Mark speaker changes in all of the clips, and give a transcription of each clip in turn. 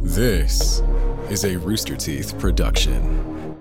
Speaker 1: This is a Rooster Teeth production.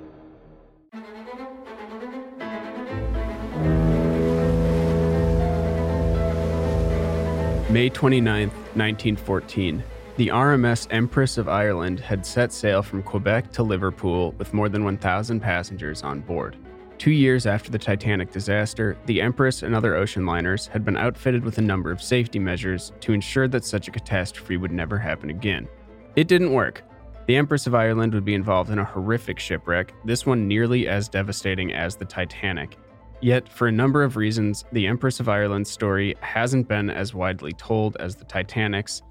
Speaker 2: May 29, 1914. The RMS Empress of Ireland had set sail from Quebec to Liverpool with more than 1,000 passengers on board. Two years after the Titanic disaster, the Empress and other ocean liners had been outfitted with a number of safety measures to ensure that such a catastrophe would never happen again. It didn't work. The Empress of Ireland would be involved in a horrific shipwreck, this one nearly as devastating as the Titanic. Yet, for a number of reasons, the Empress of Ireland's story hasn't been as widely told as the Titanic's.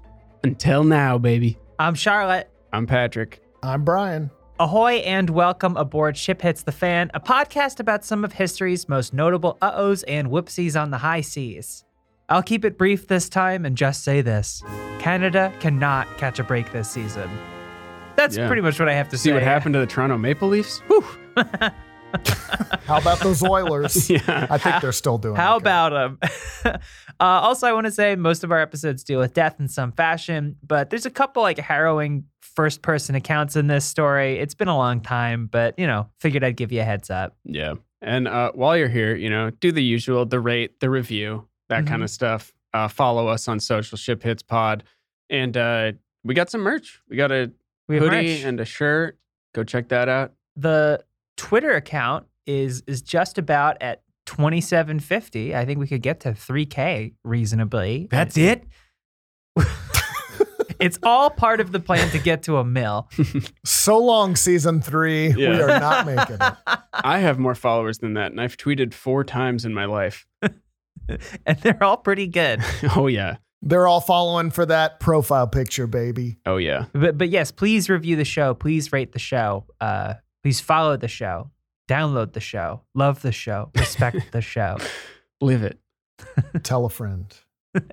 Speaker 2: Until now, baby.
Speaker 3: I'm Charlotte.
Speaker 2: I'm Patrick.
Speaker 4: I'm Brian.
Speaker 3: Ahoy and welcome aboard Ship Hits the Fan, a podcast about some of history's most notable uh ohs and whoopsies on the high seas. I'll keep it brief this time and just say this Canada cannot catch a break this season. That's
Speaker 2: Yeah.
Speaker 3: pretty much what I have to
Speaker 2: See
Speaker 3: say.
Speaker 2: what happened to the Toronto Maple Leafs?
Speaker 4: How about those Oilers?
Speaker 2: Yeah.
Speaker 4: I think they're still doing.
Speaker 3: How
Speaker 4: okay.
Speaker 3: about them? uh, also, I want to say most of our episodes deal with death in some fashion, but there's a couple like harrowing first person accounts in this story. It's been a long time, but you know, figured I'd give you a heads up.
Speaker 2: Yeah. And uh, while you're here, you know, do the usual, the rate, the review, that
Speaker 3: Mhm.
Speaker 2: kind of stuff. Uh, follow us on social ship hits pod. And uh, we got some merch. We got a
Speaker 3: We have
Speaker 2: hoodie
Speaker 3: merch.
Speaker 2: and a shirt. Go check that out.
Speaker 3: the Twitter account is is just about at 2750. I think we could get to 3k reasonably.
Speaker 2: That's it?
Speaker 3: It's all part of the plan to get to a mill.
Speaker 4: so long? Season three. We
Speaker 2: Yeah.
Speaker 4: are not making it.
Speaker 2: I have more followers than that, and I've tweeted four times in my life.
Speaker 3: and they're all pretty good.
Speaker 2: oh, yeah.
Speaker 4: They're all following for that profile picture, baby.
Speaker 2: Oh, yeah.
Speaker 3: But but yes, please review the show. Please rate the show. Uh, please follow the show. Download the show. Love the show. Respect the show.
Speaker 2: Live it.
Speaker 4: Tell a friend.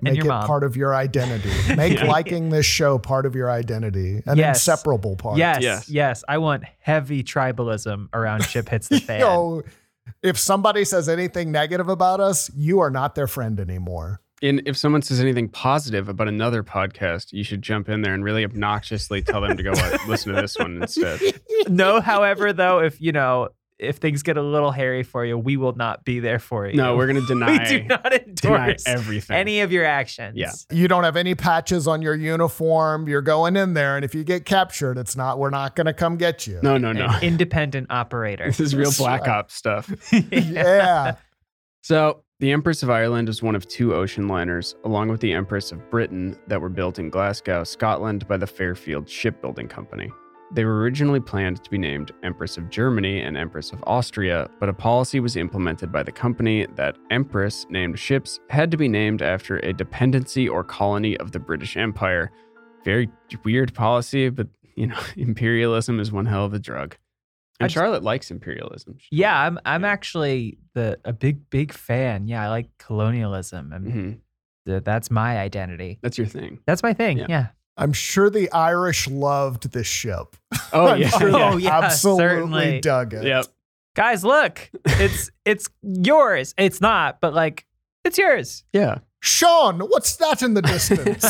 Speaker 4: Make
Speaker 3: your
Speaker 4: it
Speaker 3: mom.
Speaker 4: part of your identity. Make
Speaker 2: Yeah.
Speaker 4: liking this show part of your identity, an
Speaker 3: Yes.
Speaker 4: inseparable part.
Speaker 3: Yes, yes,
Speaker 2: Yes.
Speaker 3: I want heavy tribalism around ship hits the fan.
Speaker 4: Yo, if somebody says anything negative about us, you are not their friend anymore.
Speaker 2: And if someone says anything positive about another podcast, you should jump in there and really obnoxiously tell them to go out- listen to this one instead.
Speaker 3: no, however, though, if you know if things get a little hairy for you, we will not be there for you.
Speaker 2: No, we're going to
Speaker 3: we
Speaker 2: deny,
Speaker 3: do not
Speaker 2: deny
Speaker 3: endorse
Speaker 2: everything.
Speaker 3: any of your actions.
Speaker 2: Yeah.
Speaker 4: You don't have any patches on your uniform. You're going in there, and if you get captured, it's not. We're not going to come get you.
Speaker 2: no, Oh, no, no.
Speaker 3: An independent operator.
Speaker 2: This is real
Speaker 4: That's
Speaker 2: Black
Speaker 4: right.
Speaker 2: Ops stuff.
Speaker 4: Yeah.
Speaker 2: So, the Empress of Ireland is one of two ocean liners, along with the Empress of Britain, that were built in Glasgow, Scotland by the Fairfield Shipbuilding Company. They were originally planned to be named Empress of Germany and Empress of Austria, but a policy was implemented by the company that Empress named ships had to be named after a dependency or colony of the British Empire. Very weird policy, but you know, imperialism is one hell of a drug.
Speaker 3: I
Speaker 2: And
Speaker 3: just-
Speaker 2: Charlotte likes imperialism.
Speaker 3: Yeah, I'm I'm actually the a big big fan. Yeah, I like colonialism and
Speaker 2: hmm
Speaker 3: th- that's my identity.
Speaker 2: That's your thing.
Speaker 3: That's my thing.
Speaker 2: Yeah.
Speaker 3: Yeah.
Speaker 4: I'm sure the Irish loved this ship.
Speaker 2: Oh,
Speaker 4: I'm
Speaker 2: yeah.
Speaker 4: sure
Speaker 2: yeah.
Speaker 3: Oh,
Speaker 4: they
Speaker 3: yeah,
Speaker 4: absolutely
Speaker 3: certainly.
Speaker 4: dug it.
Speaker 2: Yep.
Speaker 3: Guys, look. It's it's yours. It's not, but like it's yours.
Speaker 2: Yeah.
Speaker 4: Sean, what's that in the distance?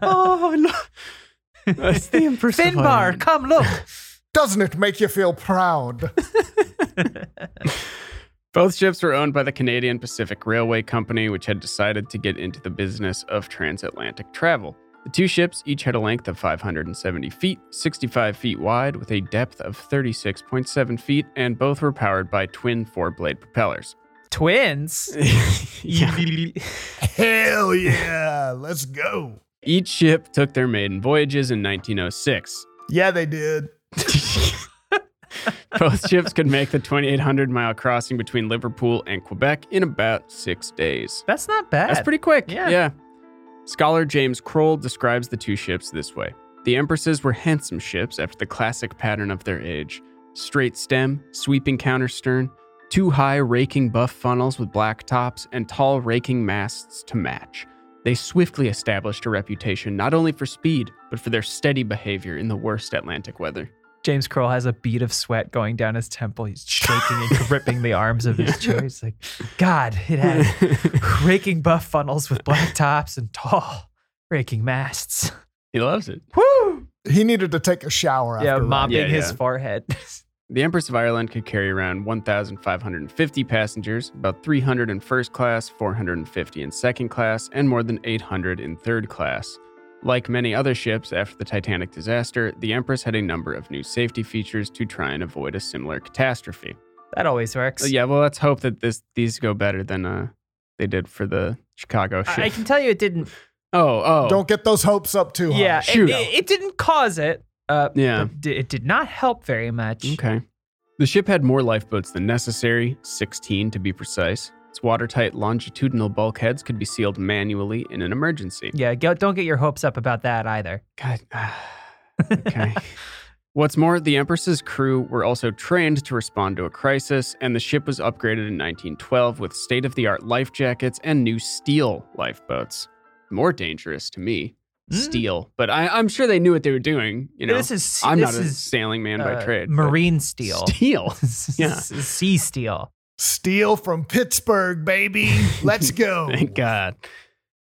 Speaker 2: Oh, no. That's the Empress of
Speaker 3: Finbar,
Speaker 2: Ireland.
Speaker 3: come look.
Speaker 4: Doesn't it make you feel proud?
Speaker 2: Both ships were owned by the Canadian Pacific Railway Company, which had decided to get into the business of transatlantic travel. The two ships each had a length of 570 feet, 65 feet wide, with a depth of 36.7 feet, and both were powered by twin four blade propellers.
Speaker 3: Twins.
Speaker 2: yeah.
Speaker 4: Hell yeah, let's go.
Speaker 2: Each ship took their maiden voyages in 1906.
Speaker 4: Yeah, they did.
Speaker 2: Both ships could make the 2,800 mile crossing between Liverpool and Quebec in about six days.
Speaker 3: That's not bad.
Speaker 2: That's pretty quick.
Speaker 3: Yeah.
Speaker 2: Scholar James Kroll describes the two ships this way The Empresses were handsome ships after the classic pattern of their age straight stem, sweeping counterstern, two high raking buff funnels with black tops, and tall raking masts to match. They swiftly established a reputation not only for speed, but for their steady behavior in the worst Atlantic weather.
Speaker 3: James Kroll has a bead of sweat going down his temple. He's shaking and gripping the arms of his chair. He's like, God, it had raking buff funnels with black tops and tall raking masts.
Speaker 2: He loves it.
Speaker 3: Woo!
Speaker 4: He needed to take a shower after
Speaker 3: yeah,
Speaker 4: running.
Speaker 3: mopping
Speaker 2: Yeah,
Speaker 3: his
Speaker 2: yeah.
Speaker 3: forehead.
Speaker 2: The Empress of Ireland could carry around 1,550 passengers, about 300 in first class, 450 in second class, and more than 800 in third class. Like many other ships after the Titanic disaster, the Empress had a number of new safety features to try and avoid a similar catastrophe.
Speaker 3: that always works.
Speaker 2: So yeah, well, let's hope that this these go better than uh, they did for the Chicago ship.
Speaker 3: I, I can tell you it didn't.
Speaker 2: oh, oh,
Speaker 4: Don't get those hopes up too high.
Speaker 3: yeah, it-
Speaker 2: shoot.
Speaker 3: It, it didn't cause it. Uh,
Speaker 2: Yeah.
Speaker 3: but d- it did not help very much.
Speaker 2: Okay. The ship had more lifeboats than necessary, 16 to be precise. Its watertight longitudinal bulkheads could be sealed manually in an emergency.
Speaker 3: Yeah, go, don't get your hopes up about that either.
Speaker 2: God. okay. What's more, the Empress's crew were also trained to respond to a crisis, and the ship was upgraded in 1912 with state of the art life jackets and new steel lifeboats. More dangerous to me,
Speaker 3: Mm.
Speaker 2: steel. But I, I'm sure they knew what they were doing. You know,
Speaker 3: this is
Speaker 2: I'm not
Speaker 3: this
Speaker 2: a
Speaker 3: is
Speaker 2: sailing man
Speaker 3: uh,
Speaker 2: by trade. but
Speaker 3: marine steel.
Speaker 2: Steel. Yeah.
Speaker 3: This is sea steel.
Speaker 4: Steal from Pittsburgh, baby. Let's go.
Speaker 2: Thank God.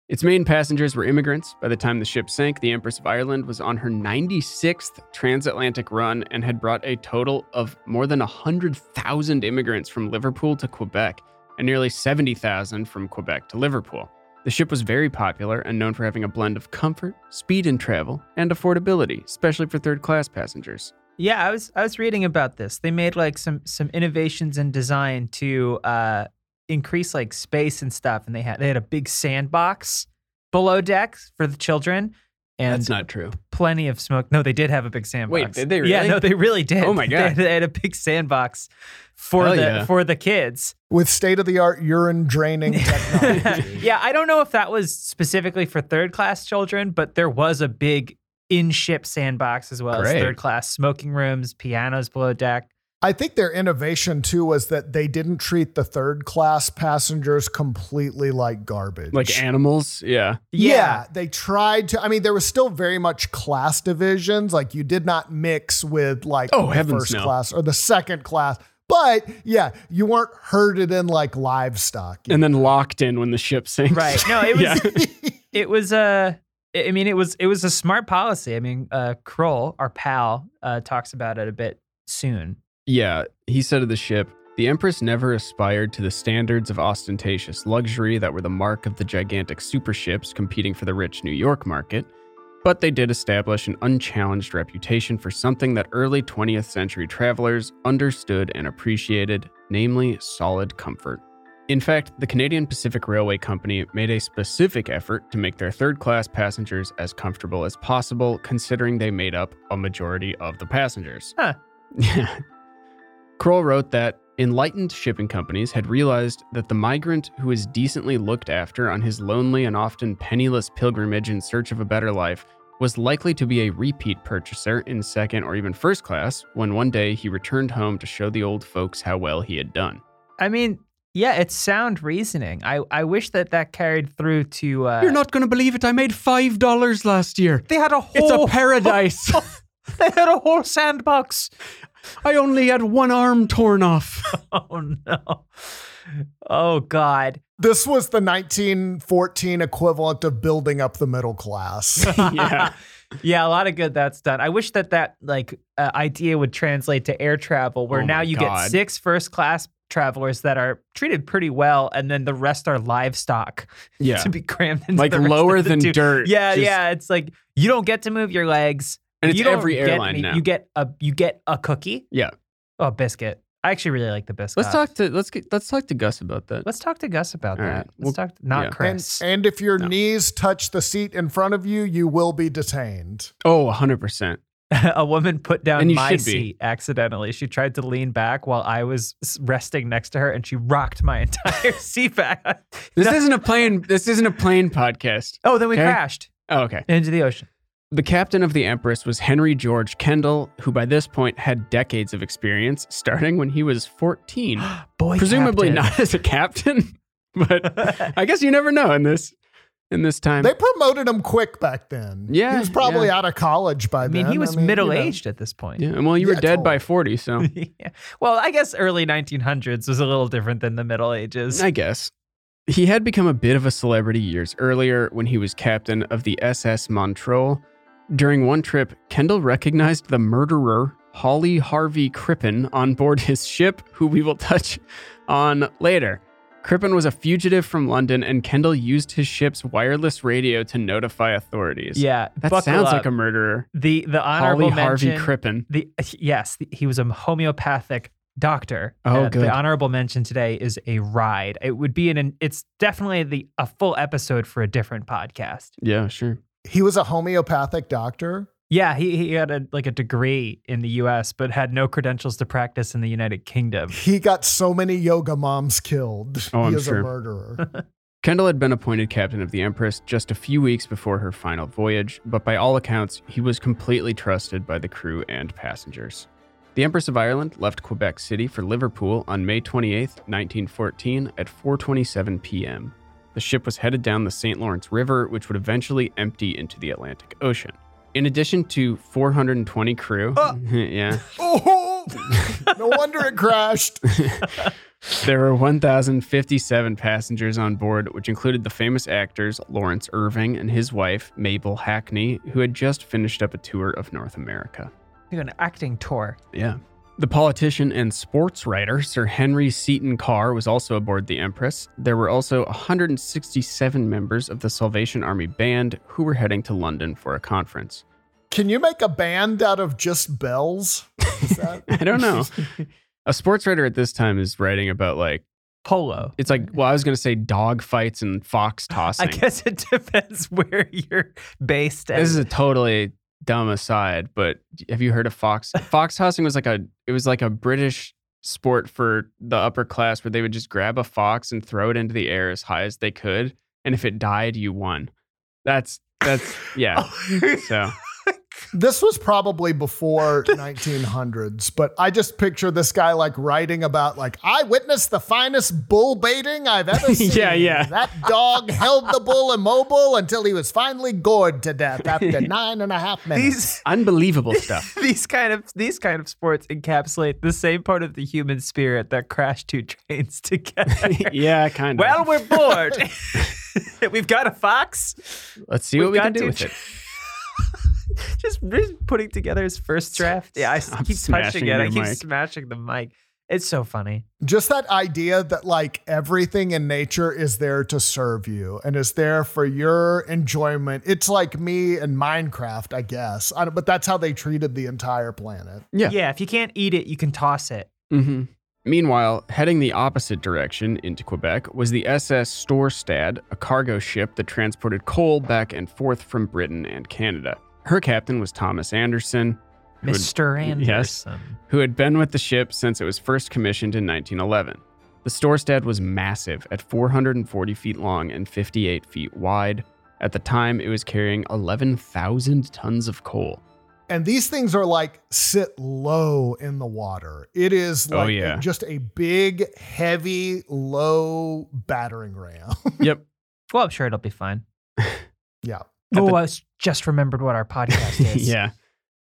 Speaker 2: Its main passengers were immigrants. By the time the ship sank, the Empress of Ireland was on her 96th transatlantic run and had brought a total of more than 100,000 immigrants from Liverpool to Quebec and nearly 70,000 from Quebec to Liverpool. The ship was very popular and known for having a blend of comfort, speed in travel, and affordability, especially for third class passengers.
Speaker 3: Yeah, I was I was reading about this. They made like some some innovations in design to uh increase like space and stuff and they had they had a big sandbox below decks for the children and
Speaker 2: That's not true.
Speaker 3: plenty of smoke. No, they did have a big sandbox.
Speaker 2: did they
Speaker 3: Yeah,
Speaker 2: really?
Speaker 3: no, they really did.
Speaker 2: Oh my
Speaker 3: They-
Speaker 2: God.
Speaker 3: They, had a big sandbox for
Speaker 2: Hell
Speaker 3: the
Speaker 2: yeah.
Speaker 3: for the kids.
Speaker 4: With state of the art urine draining
Speaker 2: Oh,
Speaker 4: technology.
Speaker 3: yeah, I don't know if that was specifically for third class children, but there was a big in ship sandbox as well
Speaker 2: Great.
Speaker 3: as third class smoking rooms, pianos below deck.
Speaker 4: I think their innovation too was that they didn't treat the third class passengers completely like garbage.
Speaker 2: Like animals? Yeah.
Speaker 4: yeah. they tried to. I mean, there was still very much class divisions. Like you did not mix with like
Speaker 2: Oh,
Speaker 4: the
Speaker 2: heavens
Speaker 4: first
Speaker 2: no.
Speaker 4: class or the second class. But yeah, you weren't herded in like livestock.
Speaker 2: And then locked in when the ship sinks.
Speaker 3: Right. No, it was
Speaker 2: Yeah.
Speaker 3: it was a I I mean it was it was a smart policy. I mean, uh Kroll, our pal, uh talks about it a bit soon.
Speaker 2: Yeah, he said of the ship, the Empress never aspired to the standards of ostentatious luxury that were the mark of the gigantic superships competing for the rich New York market, but they did establish an unchallenged reputation for something that early 20th century travelers understood and appreciated, namely solid comfort. In fact, the Canadian Pacific Railway Company made a specific effort to make their third class passengers as comfortable as possible, considering they made up a majority of the passengers.
Speaker 3: Huh.
Speaker 2: Yeah. Kroll wrote that enlightened shipping companies had realized that the migrant who is decently looked after on his lonely and often penniless pilgrimage in search of a better life was likely to be a repeat purchaser in second or even first class when one day he returned home to show the old folks how well he had done.
Speaker 3: I mean, yeah, it's sound reasoning. I I wish that that carried through to uh
Speaker 2: not going to believe it. I made $5 last year.
Speaker 3: they had a
Speaker 2: Oh.
Speaker 3: whole
Speaker 2: paradise.
Speaker 3: they had a whole sandbox.
Speaker 2: I only had one arm torn off.
Speaker 3: Oh no. Oh god.
Speaker 4: this was the 1914 equivalent of building up the middle class.
Speaker 2: yeah.
Speaker 3: Yeah, a lot of good that's done. I wish that that like uh, idea would translate to air travel, where
Speaker 2: Oh
Speaker 3: now
Speaker 2: my
Speaker 3: you
Speaker 2: God.
Speaker 3: get six first class travelers that are treated pretty well, and then the rest are livestock
Speaker 2: Yeah.
Speaker 3: to be crammed into
Speaker 2: Like
Speaker 3: the rest
Speaker 2: lower
Speaker 3: of the
Speaker 2: than
Speaker 3: two-
Speaker 2: dirt.
Speaker 3: Yeah,
Speaker 2: Just-
Speaker 3: yeah. It's like you don't get to move your legs.
Speaker 2: And it's
Speaker 3: you don't
Speaker 2: every
Speaker 3: get
Speaker 2: airline
Speaker 3: meat.
Speaker 2: now.
Speaker 3: You get a you get a cookie.
Speaker 2: Yeah.
Speaker 3: Oh, a biscuit. I actually really like the biscuit.
Speaker 2: Let's talk to let's get let's talk to Gus about that.
Speaker 3: Let's talk to Gus about
Speaker 2: All
Speaker 3: that.
Speaker 2: right.
Speaker 3: Let's
Speaker 2: Well,
Speaker 3: talk.
Speaker 2: yeah.
Speaker 3: Not
Speaker 2: And-
Speaker 4: and,
Speaker 3: Chris.
Speaker 4: and if your
Speaker 2: No.
Speaker 4: knees touch the seat in front of you, you will be detained.
Speaker 2: Oh, 100%.
Speaker 3: a woman put down
Speaker 2: And you
Speaker 3: my
Speaker 2: should be.
Speaker 3: seat accidentally. She tried to lean back while I was s- resting next to her, and she rocked my entire seat back.
Speaker 2: This
Speaker 3: No.
Speaker 2: isn't a plane. This isn't a plane podcast.
Speaker 3: Oh, then we
Speaker 2: Okay.
Speaker 3: crashed
Speaker 2: Oh, okay.
Speaker 3: into the ocean.
Speaker 2: The captain of the Empress was Henry George Kendall, who by this point had decades of experience, starting when he was 14.
Speaker 3: Boy,
Speaker 2: Presumably
Speaker 3: captain.
Speaker 2: not as a captain, but I guess you never know in this in this time.
Speaker 4: They promoted him quick back then.
Speaker 2: Yeah,
Speaker 4: He was probably out of college by
Speaker 3: I
Speaker 4: then.
Speaker 3: mean, he was
Speaker 4: you know.
Speaker 3: middle aged at this point.
Speaker 2: yeah, and well, you were
Speaker 4: Yeah,
Speaker 2: dead
Speaker 4: totally.
Speaker 2: by 40, so
Speaker 3: Yeah. Well, I guess early 1900s was a little different than the Middle Ages.
Speaker 2: I guess. He had become a bit of a celebrity years earlier when he was captain of the SS Montreal, During one trip, Kendall recognized the murderer, Holly Harvey Crippen, on board his ship, who we will touch on later. Crippen was a fugitive from London, and Kendall used his ship's wireless radio to notify authorities.
Speaker 3: Yeah,
Speaker 2: That
Speaker 3: buckle
Speaker 2: sounds like
Speaker 3: up.
Speaker 2: a murderer.
Speaker 3: the the honorable
Speaker 2: Holly Harvey
Speaker 3: mention-
Speaker 2: Crippen.
Speaker 3: The yes, the- he was a homeopathic doctor.
Speaker 2: Oh,
Speaker 3: and
Speaker 2: good.
Speaker 3: The honorable mention today is a ride. It would be in an. It's definitely the a full episode for a different podcast.
Speaker 2: Yeah, sure.
Speaker 4: He was a homeopathic doctor.
Speaker 3: Yeah, he he had a, like a degree in the U.S. but had no credentials to practice in the United Kingdom.
Speaker 4: He got so many yoga moms killed.
Speaker 2: Oh,
Speaker 4: he
Speaker 2: I'm
Speaker 4: is
Speaker 2: sure.
Speaker 4: a murderer.
Speaker 2: Kendall had been appointed captain of the Empress just a few weeks before her final voyage, but by all accounts, he was completely trusted by the crew and passengers. The Empress of Ireland left Quebec City for Liverpool on May 28, 1914 at 4:27 p.m. The ship was headed down the St. Lawrence River, which would eventually empty into the Atlantic Ocean. In addition to 420 crew, yeah,
Speaker 4: oh, no wonder it crashed.
Speaker 2: There were 1,057 passengers on board, which included the famous actors Lawrence Irving and his wife, Mabel Hackney, who had just finished up a tour of North America.
Speaker 3: Do an acting tour.
Speaker 2: Yeah. The politician and sports writer Sir Henry Seton Carr was also aboard the Empress. There were also 167 members of the Salvation Army Band who were heading to London for a conference.
Speaker 4: Can you make a band out of just bells? Is that
Speaker 2: I don't know. a sports writer at this time is writing about, like,
Speaker 3: Polo.
Speaker 2: it's like, well, I was going to say dog fights and fox tossing.
Speaker 3: I guess it depends where you're based.
Speaker 2: This
Speaker 3: and-
Speaker 2: is a totally dumb aside, but have you heard of fox? Fox tossing was like a it was like a British sport for the upper class where they would just grab a fox and throw it into the air as high as they could, and if it died, you won. That's that's yeah.
Speaker 3: Oh.
Speaker 2: So
Speaker 4: This was probably before 1900s, but I just picture this guy like writing about like I witnessed the finest bull baiting I've ever seen.
Speaker 2: Yeah, yeah.
Speaker 4: That dog held the bull immobile until he was finally gored to death after nine and a half minutes.
Speaker 3: these
Speaker 2: unbelievable stuff.
Speaker 3: these kind of these kind of sports encapsulate the same part of the human spirit that crash two trains together.
Speaker 2: Yeah, kind of.
Speaker 3: Well, we're bored. We've got a fox.
Speaker 2: let's see what
Speaker 3: we've
Speaker 2: we can
Speaker 3: got
Speaker 2: do
Speaker 3: to
Speaker 2: with
Speaker 3: tr-
Speaker 2: it.
Speaker 3: Just re- putting together his first draft. Yeah, I s-
Speaker 2: Stop
Speaker 3: keep
Speaker 2: smashing
Speaker 3: touching it. I
Speaker 2: your
Speaker 3: keep
Speaker 2: mic.
Speaker 3: smashing the mic. It's so funny.
Speaker 4: Just that idea that like everything in nature is there to serve you and is there for your enjoyment. It's like me and Minecraft, I guess. I don't, but that's how they treated the entire planet.
Speaker 2: Yeah.
Speaker 3: yeah, if you can't eat it, you can toss it.
Speaker 2: hmm Meanwhile, heading the opposite direction into Quebec was the SS Storstad, a cargo ship that transported coal back and forth from Britain and Canada. Her captain was Thomas Anderson, who had-
Speaker 3: Mr. Anderson.
Speaker 2: Yes. who had been with the ship since it was first commissioned in 1911. The Storstad was massive at 440 feet long and 58 feet wide. At the time, it was carrying 11,000 tons of coal.
Speaker 4: And these things are like sit low in the water. It is
Speaker 2: Oh,
Speaker 4: like
Speaker 2: yeah.
Speaker 4: just a big, heavy, low battering ram.
Speaker 2: Yep.
Speaker 3: Well, I'm sure it'll be fine.
Speaker 4: yeah.
Speaker 2: At
Speaker 3: Oh,
Speaker 2: the-
Speaker 3: I s- just remembered what our podcast is.
Speaker 2: yeah.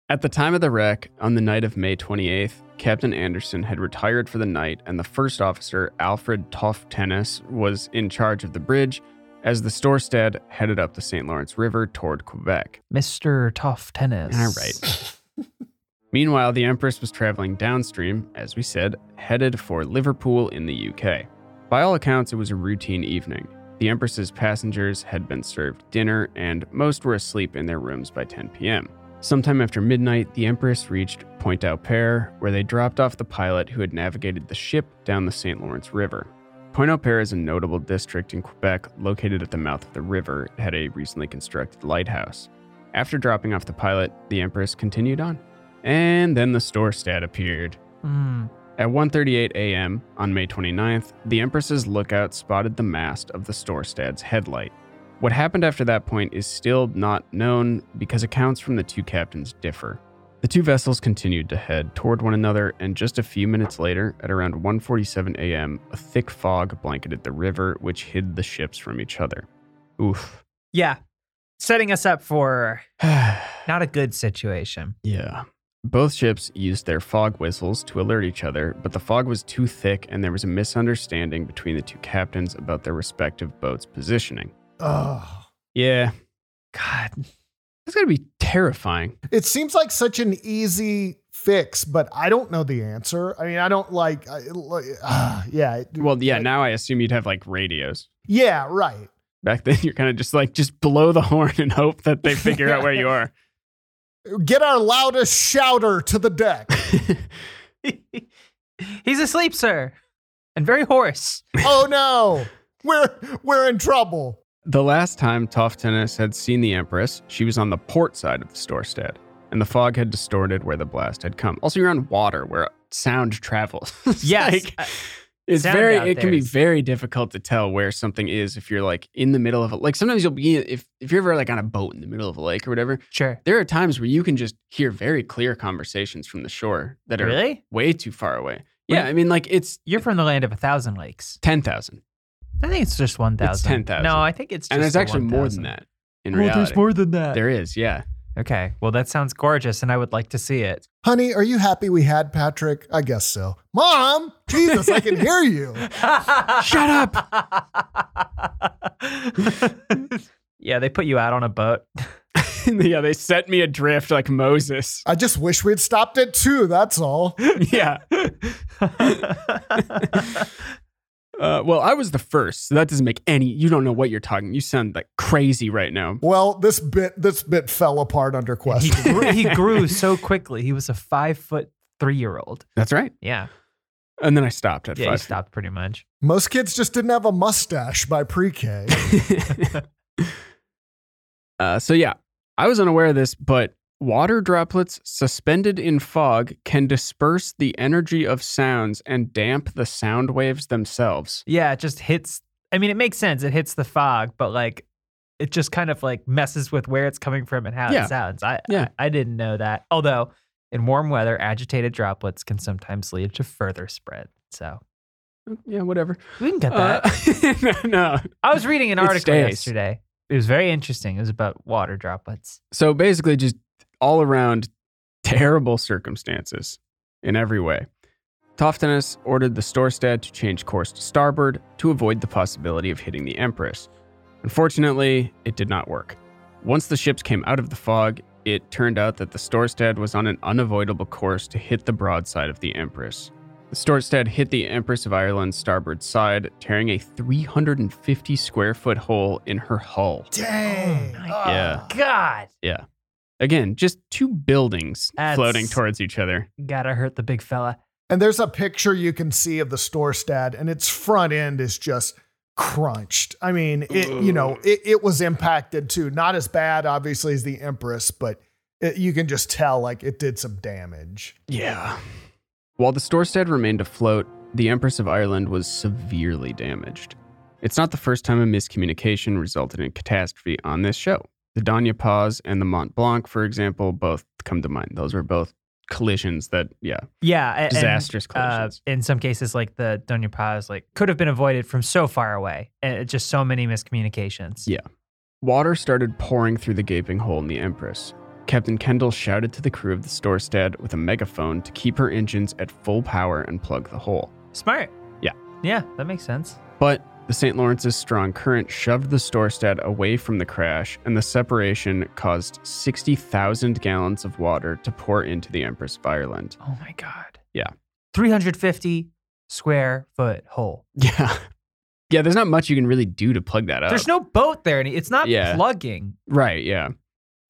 Speaker 2: At the time of the wreck, on the night of May 28th, Captain Anderson had retired for the night, and the first officer, Alfred Toff Tennis, was in charge of the bridge as the Storstad headed up the St. Lawrence River toward Quebec.
Speaker 3: Mr. Tough Tennis.
Speaker 2: All right. Meanwhile, the Empress was traveling downstream, as we said, headed for Liverpool in the UK. By all accounts, it was a routine evening. The Empress's passengers had been served dinner, and most were asleep in their rooms by 10 p.m. Sometime after midnight, the Empress reached Point Au Pair, where they dropped off the pilot who had navigated the ship down the St. Lawrence River. Point Au Pair is a notable district in Quebec located at the mouth of the river. It had a recently constructed lighthouse. After dropping off the pilot, the Empress continued on. And then the Storstad appeared.
Speaker 3: Mm.
Speaker 2: At 1:38 a.m. on May 29th, the Empress's lookout spotted the mast of the Storstad's headlight. What happened after that point is still not known because accounts from the two captains differ. The two vessels continued to head toward one another, and just a few minutes later, at around 1:47 a.m., a thick fog blanketed the river, which hid the ships from each other. Oof.
Speaker 3: Yeah. Setting us up for not a good situation.
Speaker 2: Yeah. Both ships used their fog whistles to alert each other, but the fog was too thick and there was a misunderstanding between the two captains about their respective boats' positioning.
Speaker 4: Ugh.
Speaker 2: Yeah.
Speaker 3: God.
Speaker 2: That's got to be terrifying.
Speaker 4: It seems like such an easy fix, but I don't know the answer. I mean, I don't like, I, like, ah, yeah. it-
Speaker 2: Well, yeah,
Speaker 4: like-
Speaker 2: now I assume you'd have like radios.
Speaker 4: yeah, right.
Speaker 2: Back then, you're kind of just like, just blow the horn and hope that they figure out where you are.
Speaker 4: Get our loudest shouter to the deck.
Speaker 3: He's asleep, sir, and very hoarse.
Speaker 4: oh no, we're we're in trouble.
Speaker 2: The last time Toff Tennis had seen the Empress, she was on the port side of the Storstead, and the fog had distorted where the blast had come. Also, you're on water where sound travels. It's
Speaker 3: Yes.
Speaker 2: like-
Speaker 3: uh,
Speaker 2: It's
Speaker 3: Sound
Speaker 2: very.
Speaker 3: out
Speaker 2: It can
Speaker 3: there
Speaker 2: be
Speaker 3: is-
Speaker 2: very difficult to tell where something is if you're like in the middle of a like. Sometimes you'll be if if you're ever like on a boat in the middle of a lake or whatever.
Speaker 3: sure.
Speaker 2: There are times where you can just hear very clear conversations from the shore that are
Speaker 3: Really?
Speaker 2: way too far away.
Speaker 3: What
Speaker 2: Yeah,
Speaker 3: do
Speaker 2: I mean, like it's
Speaker 3: You're from the land of a thousand lakes.
Speaker 2: ten thousand,
Speaker 3: I think it's just one thousand.
Speaker 2: 10,000.
Speaker 3: No, I think it's just
Speaker 2: and there's
Speaker 3: the
Speaker 2: actually more than
Speaker 3: 1,000.
Speaker 2: that in
Speaker 3: Well,
Speaker 2: reality.
Speaker 3: there's more than that.
Speaker 2: There is, yeah.
Speaker 3: Okay. Well, that sounds gorgeous, and I would like to see it.
Speaker 4: Honey, are you happy we had Patrick? I guess so. Mom, Jesus, I can hear you.
Speaker 3: Shut
Speaker 2: up.
Speaker 3: yeah, they put you out on a boat.
Speaker 2: yeah, they set me adrift like Moses.
Speaker 4: I just wish we'd stopped it too. That's all.
Speaker 2: yeah. Uh, well, I was the first, so that doesn't make any. You don't know what you're talking. You sound like crazy right now.
Speaker 4: Well, this bit this bit fell apart under
Speaker 3: he,
Speaker 4: question.
Speaker 3: grew, he grew so quickly. He was a five foot three year old.
Speaker 2: That's right.
Speaker 3: Yeah.
Speaker 2: And then I stopped at
Speaker 3: Yeah, he
Speaker 2: five.
Speaker 3: stopped pretty much.
Speaker 4: Most kids just didn't have a mustache by pre-K.
Speaker 2: uh, so yeah, I was unaware of this, but water droplets suspended in fog can disperse the energy of sounds and damp the sound waves themselves.
Speaker 3: Yeah, it just hits. I mean, it makes sense. It hits the fog, but like, it just kind of like messes with where it's coming from and how
Speaker 2: Yeah.
Speaker 3: it sounds. I,
Speaker 2: Yeah.
Speaker 3: I I didn't know that. Although in warm weather, agitated droplets can sometimes lead to further spread. So
Speaker 2: Uh, Yeah, whatever.
Speaker 3: we can get that.
Speaker 2: Uh, no, no.
Speaker 3: I was reading an
Speaker 2: it
Speaker 3: article
Speaker 2: stays.
Speaker 3: yesterday. It was very interesting. It was about water droplets.
Speaker 2: So basically, just all around terrible circumstances in every way. Toftanus ordered the Storstad to change course to starboard to avoid the possibility of hitting the Empress. Unfortunately, it did not work. Once the ships came out of the fog, it turned out that the Storstad was on an unavoidable course to hit the broadside of the Empress. The Storstad hit the Empress of Ireland's starboard side, tearing a 350 square foot hole in her hull.
Speaker 4: Dang.
Speaker 3: Oh my
Speaker 4: Ah.
Speaker 2: Yeah.
Speaker 3: God,
Speaker 2: Again, just two buildings
Speaker 3: That's-
Speaker 2: floating towards each other.
Speaker 3: gotta hurt the big fella.
Speaker 4: And there's a picture you can see of the Storstad, and its front end is just crunched. I mean, it, you know, it, it was impacted too. Not as bad, obviously, as the Empress, but it, you can just tell like it did some damage.
Speaker 2: Yeah. While the Storstead remained afloat, the Empress of Ireland was severely damaged. It's not the first time a miscommunication resulted in catastrophe on this show. The Danya Paz and the Mont Blanc, for example, both come to mind. Those were both collisions that, yeah,
Speaker 3: Yeah, a- and,
Speaker 2: disastrous
Speaker 3: Uh,
Speaker 2: collisions.
Speaker 3: in some cases, like the Doña Paz, like could have been avoided from so far away, and it- just so many miscommunications.
Speaker 2: Yeah. Water started pouring through the gaping hole in the Empress. Captain Kendall shouted to the crew of the Storstead with a megaphone to keep her engines at full power and plug the hole.
Speaker 3: Smart.
Speaker 2: Yeah.
Speaker 3: Yeah, that makes sense.
Speaker 2: But the St. Lawrence's strong current shoved the Storstad away from the crash, and the separation caused 60,000 gallons of water to pour into the Empress of Ireland.
Speaker 3: Oh my God.
Speaker 2: Yeah.
Speaker 3: Three hundred fifty square foot hole.
Speaker 2: Yeah. Yeah, there's not much you can really do to plug that up.
Speaker 3: There's no boat there, and it's not
Speaker 2: Uh, Yeah.
Speaker 3: plugging.
Speaker 2: right, yeah.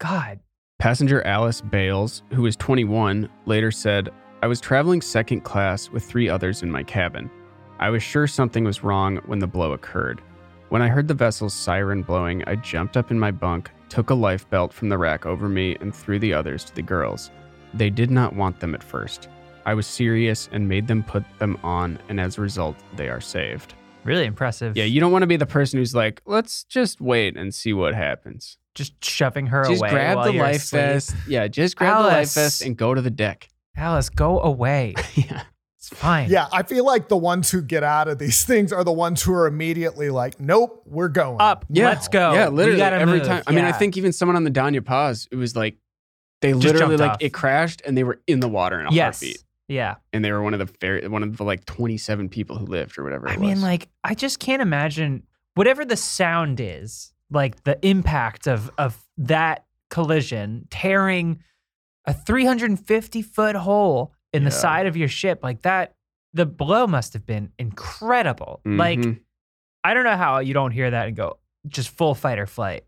Speaker 3: God.
Speaker 2: Passenger Alice Bales, who was 21, later said, I was traveling second class with three others in my cabin. I was sure something was wrong when the blow occurred. When I heard the vessel's siren blowing, I jumped up in my bunk, took a life belt from the rack over me, and threw the others to the girls. They did not want them at first. I was serious and made them put them on, and as a result, they are saved.
Speaker 3: Really impressive.
Speaker 2: Yeah, you don't want to be the person who's like, let's just wait and see what happens
Speaker 3: just shoving her
Speaker 2: just
Speaker 3: away.
Speaker 2: grab
Speaker 3: while
Speaker 2: the
Speaker 3: you're
Speaker 2: life
Speaker 3: asleep.
Speaker 2: vest. Yeah, just grab the life
Speaker 3: Alice.
Speaker 2: vest and go to the deck.
Speaker 3: Alice, go away.
Speaker 2: yeah.
Speaker 3: It's fine.
Speaker 4: Yeah, I feel like the ones who get out of these things are the ones who are immediately like, "Nope, we're going
Speaker 3: Up.
Speaker 2: Yeah.
Speaker 3: Let's go.
Speaker 2: Yeah,
Speaker 3: Oh, We
Speaker 2: literally
Speaker 3: gotta
Speaker 2: every
Speaker 3: move.
Speaker 2: time. I mean, I
Speaker 3: Yeah.
Speaker 2: think even someone on the Danya Paz, it was like they
Speaker 3: Just
Speaker 2: literally
Speaker 3: jumped
Speaker 2: like
Speaker 3: off.
Speaker 2: it crashed and they were in the water in a
Speaker 3: yes.
Speaker 2: heartbeat,
Speaker 3: Yeah.
Speaker 2: and they were one of the very one of the like twenty seven people who lived or whatever.
Speaker 3: I
Speaker 2: it
Speaker 3: mean,
Speaker 2: was.
Speaker 3: like, I just can't imagine whatever the sound is, like the impact of of that collision, tearing a 350 foot hole in the
Speaker 2: Yeah.
Speaker 3: side of your ship. Like that, the blow must have been incredible. Like,
Speaker 2: Mhm.
Speaker 3: I don't know how you don't hear that and go just full fight or flight.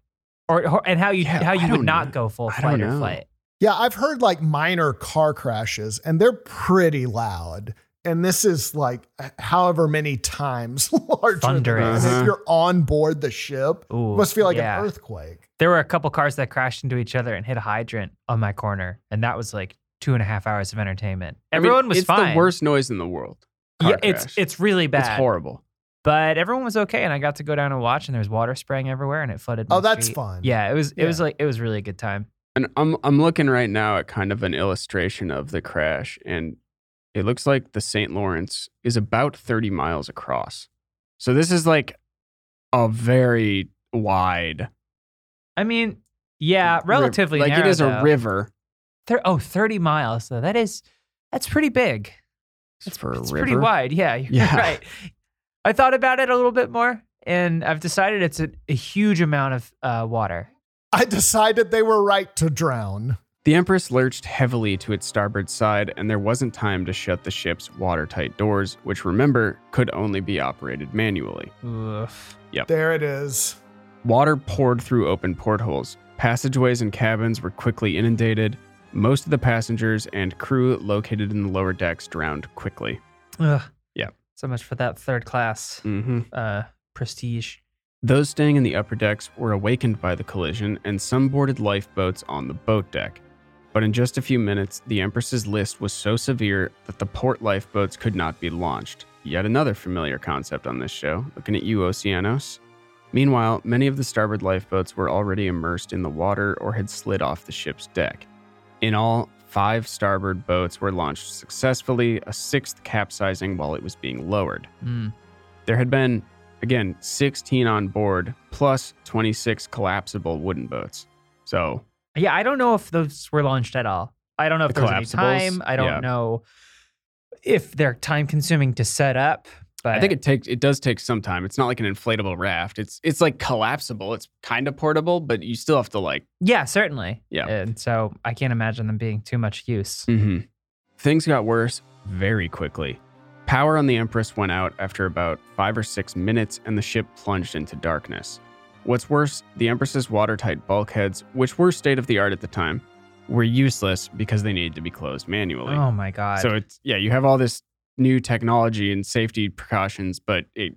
Speaker 3: Or, or- and how you
Speaker 2: Yeah,
Speaker 3: how
Speaker 2: I
Speaker 3: you would
Speaker 2: don't
Speaker 3: not
Speaker 2: know.
Speaker 3: go full
Speaker 2: I don't
Speaker 3: fight or
Speaker 2: know.
Speaker 3: flight.
Speaker 4: Yeah, I've heard like minor car crashes and they're pretty loud. And this is like however many times larger. than
Speaker 3: Thundering.
Speaker 4: that. And
Speaker 2: Uh-huh.
Speaker 4: If you're on board the ship,
Speaker 3: Ooh,
Speaker 4: it must feel like
Speaker 3: yeah.
Speaker 4: an earthquake.
Speaker 3: There were a couple cars that crashed into each other and hit a hydrant on my corner, and that was like two and a half hours of entertainment.
Speaker 2: I mean,
Speaker 3: Everyone was
Speaker 2: it's
Speaker 3: fine.
Speaker 2: the worst noise in the world. Car
Speaker 3: yeah, it's
Speaker 2: crash.
Speaker 3: it's really bad.
Speaker 2: It's horrible.
Speaker 3: But everyone was okay, and I got to go down and watch, and there was water spraying everywhere, and it flooded. my
Speaker 4: Oh, that's
Speaker 3: street.
Speaker 4: fun.
Speaker 3: Yeah, it was. It was
Speaker 4: Yeah.
Speaker 3: like it was really a good time.
Speaker 2: And I'm I'm looking right now at kind of an illustration of the crash, and it looks like the St. Lawrence is about 30 miles across. So this is like a very wide,
Speaker 3: I mean, yeah,
Speaker 2: riv-
Speaker 3: relatively.
Speaker 2: like
Speaker 3: narrow,
Speaker 2: it is
Speaker 3: though.
Speaker 2: a river.
Speaker 3: Thir- oh, 30 miles. So that is that's pretty big.
Speaker 2: It's for a
Speaker 3: It's
Speaker 2: river.
Speaker 3: pretty wide. Yeah, you're
Speaker 2: Yeah.
Speaker 3: right. I thought about it a little bit more, and I've decided it's a, a huge amount of uh, water.
Speaker 4: I decided they were right to drown.
Speaker 2: The Empress lurched heavily to its starboard side, and there wasn't time to shut the ship's watertight doors, which remember could only be operated manually.
Speaker 3: Oof.
Speaker 4: There it is.
Speaker 2: Water poured through open portholes. Passageways and cabins were quickly inundated. Most of the passengers and crew located in the lower decks drowned quickly.
Speaker 3: Ugh.
Speaker 2: Yeah.
Speaker 3: So much for that third class
Speaker 2: Mm-hmm.
Speaker 3: uh, prestige.
Speaker 2: Those staying in the upper decks were awakened by the collision, and some boarded lifeboats on the boat deck. But in just a few minutes, the Empress's list was so severe that the port lifeboats could not be launched. Yet another familiar concept on this show. Looking at you, Oceanos. Meanwhile, many of the starboard lifeboats were already immersed in the water or had slid off the ship's deck. In all, five starboard boats were launched successfully, a sixth capsizing while it was being lowered.
Speaker 3: Mm.
Speaker 2: There had been, again, 16 on board plus 26 collapsible wooden boats. So,
Speaker 3: Yeah, I don't know if those were launched at all. I don't know if
Speaker 2: The
Speaker 3: there was any
Speaker 2: collapsibles?
Speaker 3: time. I don't
Speaker 2: Yeah.
Speaker 3: know if they're time consuming to set up. But
Speaker 2: I think it takes it does take some time. It's not like an inflatable raft. It's it's like collapsible. It's kind of portable, but you still have to like
Speaker 3: yeah, certainly.
Speaker 2: Yeah.
Speaker 3: And so I can't imagine them being too much use.
Speaker 2: Mm-hmm. Things got worse very quickly. Power on the Empress went out after about five or six minutes, and the ship plunged into darkness. What's worse, the Empress's watertight bulkheads, which were state of the art at the time, were useless because they needed to be closed manually.
Speaker 3: Oh my god.
Speaker 2: so it's yeah, you have all this new technology and safety precautions, but it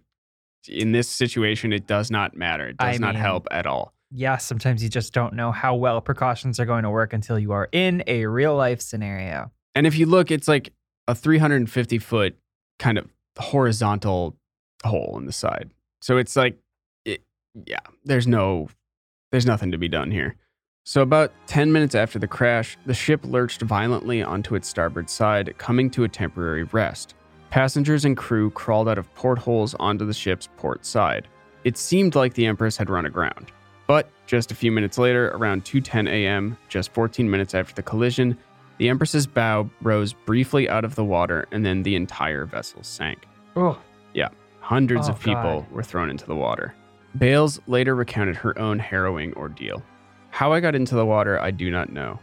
Speaker 2: in this situation it does not matter. It
Speaker 3: I
Speaker 2: does not
Speaker 3: mean-
Speaker 2: help at all.
Speaker 3: yeah, sometimes you just don't know how well precautions are going to work until you are in a real life scenario.
Speaker 2: And if you look, it's like a 350 foot kind of horizontal hole in the side. So it's like, it, yeah, there's no, there's nothing to be done here. So about 10 minutes after the crash, the ship lurched violently onto its starboard side, coming to a temporary rest. Passengers and crew crawled out of portholes onto the ship's port side. It seemed like the Empress had run aground. But just a few minutes later, around 2:10 a.m., just 14 minutes after the collision, the Empress's bow rose briefly out of the water, and then the entire vessel sank.
Speaker 3: Oh.
Speaker 2: Hundreds
Speaker 3: Oh,
Speaker 2: of people were thrown into the water. Bales later recounted her own harrowing ordeal. How I got into the water, I do not know.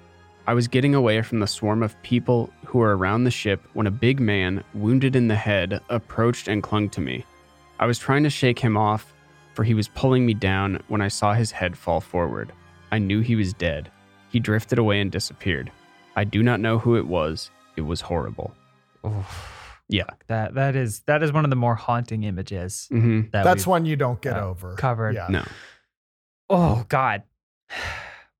Speaker 2: I was getting away from the swarm of people who were around the ship when a big man, wounded in the head, approached and clung to me. I was trying to shake him off, for he was pulling me down when I saw his head fall forward. I knew he was dead. He drifted away and disappeared. I do not know who it was. It was horrible. Yeah.
Speaker 3: That that is that is one of the more haunting images
Speaker 2: Mm-hmm.
Speaker 3: that
Speaker 4: That's
Speaker 3: we've
Speaker 4: one you don't get
Speaker 3: uh,
Speaker 4: over.
Speaker 3: covered.
Speaker 4: Yeah.
Speaker 2: No.
Speaker 3: Oh god.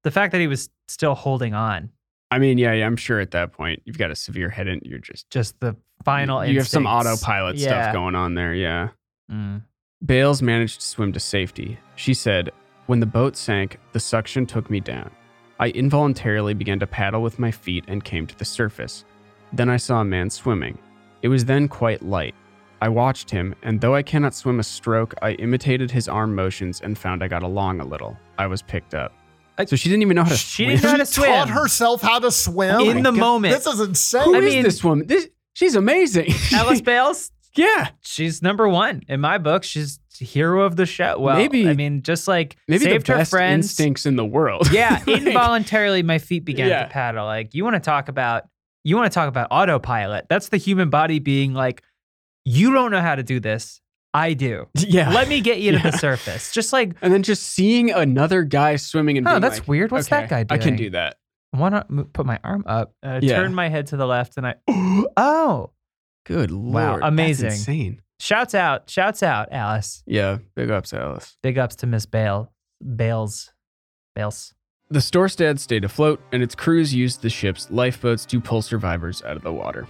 Speaker 3: The fact that he was still holding on,
Speaker 2: I mean, yeah, yeah, I'm sure at that point you've got a severe head and you're just
Speaker 3: just the final
Speaker 2: You have some
Speaker 3: instincts.
Speaker 2: autopilot
Speaker 3: Yeah.
Speaker 2: stuff going on there, yeah.
Speaker 3: Mm.
Speaker 2: Bales managed to swim to safety. She said, When the boat sank, the suction took me down. I involuntarily began to paddle with my feet and came to the surface. Then I saw a man swimming. It was then quite light. I watched him, and though I cannot swim a stroke, I imitated his arm motions and found I got along a little. I was picked up.
Speaker 3: I-
Speaker 2: so she didn't even know how to
Speaker 3: She
Speaker 2: swim.
Speaker 3: didn't know how to
Speaker 4: She taught
Speaker 3: swim.
Speaker 4: herself how to swim
Speaker 3: in the
Speaker 2: God.
Speaker 3: moment.
Speaker 4: This is insane.
Speaker 2: Who
Speaker 3: I
Speaker 2: is
Speaker 3: mean-
Speaker 2: this woman? This she's amazing.
Speaker 3: Alice Bales,
Speaker 2: yeah,
Speaker 3: she's number one in my book. She's hero of the show. Well,
Speaker 2: Maybe-
Speaker 3: I mean, just like
Speaker 2: Maybe
Speaker 3: saved
Speaker 2: the
Speaker 3: her
Speaker 2: best
Speaker 3: friends.
Speaker 2: instincts in the world.
Speaker 3: Yeah,
Speaker 2: Like,
Speaker 3: involuntarily, my feet began
Speaker 2: Yeah.
Speaker 3: to paddle. Like you want to talk about, you want to talk about autopilot. That's the human body being like, you don't know how to do this. I do.
Speaker 2: yeah.
Speaker 3: Let me get you to
Speaker 2: Yeah.
Speaker 3: the surface. Just like,
Speaker 2: and then just seeing another guy swimming and
Speaker 3: oh,
Speaker 2: being
Speaker 3: that's
Speaker 2: like,
Speaker 3: weird. What's that
Speaker 2: "Okay,
Speaker 3: guy doing?
Speaker 2: I can do that.
Speaker 3: Why not mo- put my arm up? Uh,
Speaker 2: Yeah.
Speaker 3: Turn my head to the left, and I. Oh,
Speaker 2: Good lord. that's
Speaker 3: amazing.
Speaker 2: insane.
Speaker 3: shouts out! Shouts out, Alice.
Speaker 2: Yeah, big ups, Alice.
Speaker 3: Big ups to Miss Bale. Bales. Bales.
Speaker 2: The Storstad stayed afloat, and its crews used the ship's lifeboats to pull survivors out of the water.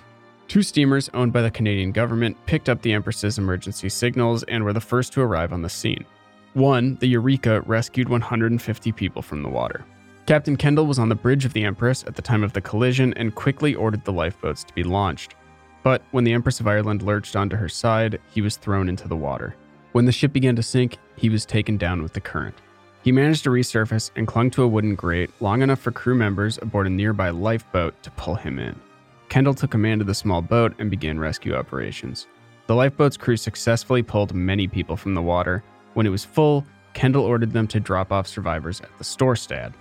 Speaker 2: Two steamers owned by the Canadian government picked up the Empress's emergency signals and were the first to arrive on the scene. One, the Eureka, rescued 150 people from the water. Captain Kendall was on the bridge of the Empress at the time of the collision and quickly ordered the lifeboats to be launched. But when the Empress of Ireland lurched onto her side, he was thrown into the water. When the ship began to sink, he was taken down with the current. He managed to resurface and clung to a wooden grate long enough for crew members aboard a nearby lifeboat to pull him in. Kendall took command of the small boat and began rescue operations. The lifeboat's crew successfully pulled many people from the water. When it was full, Kendall ordered them to drop off survivors at the Storstad.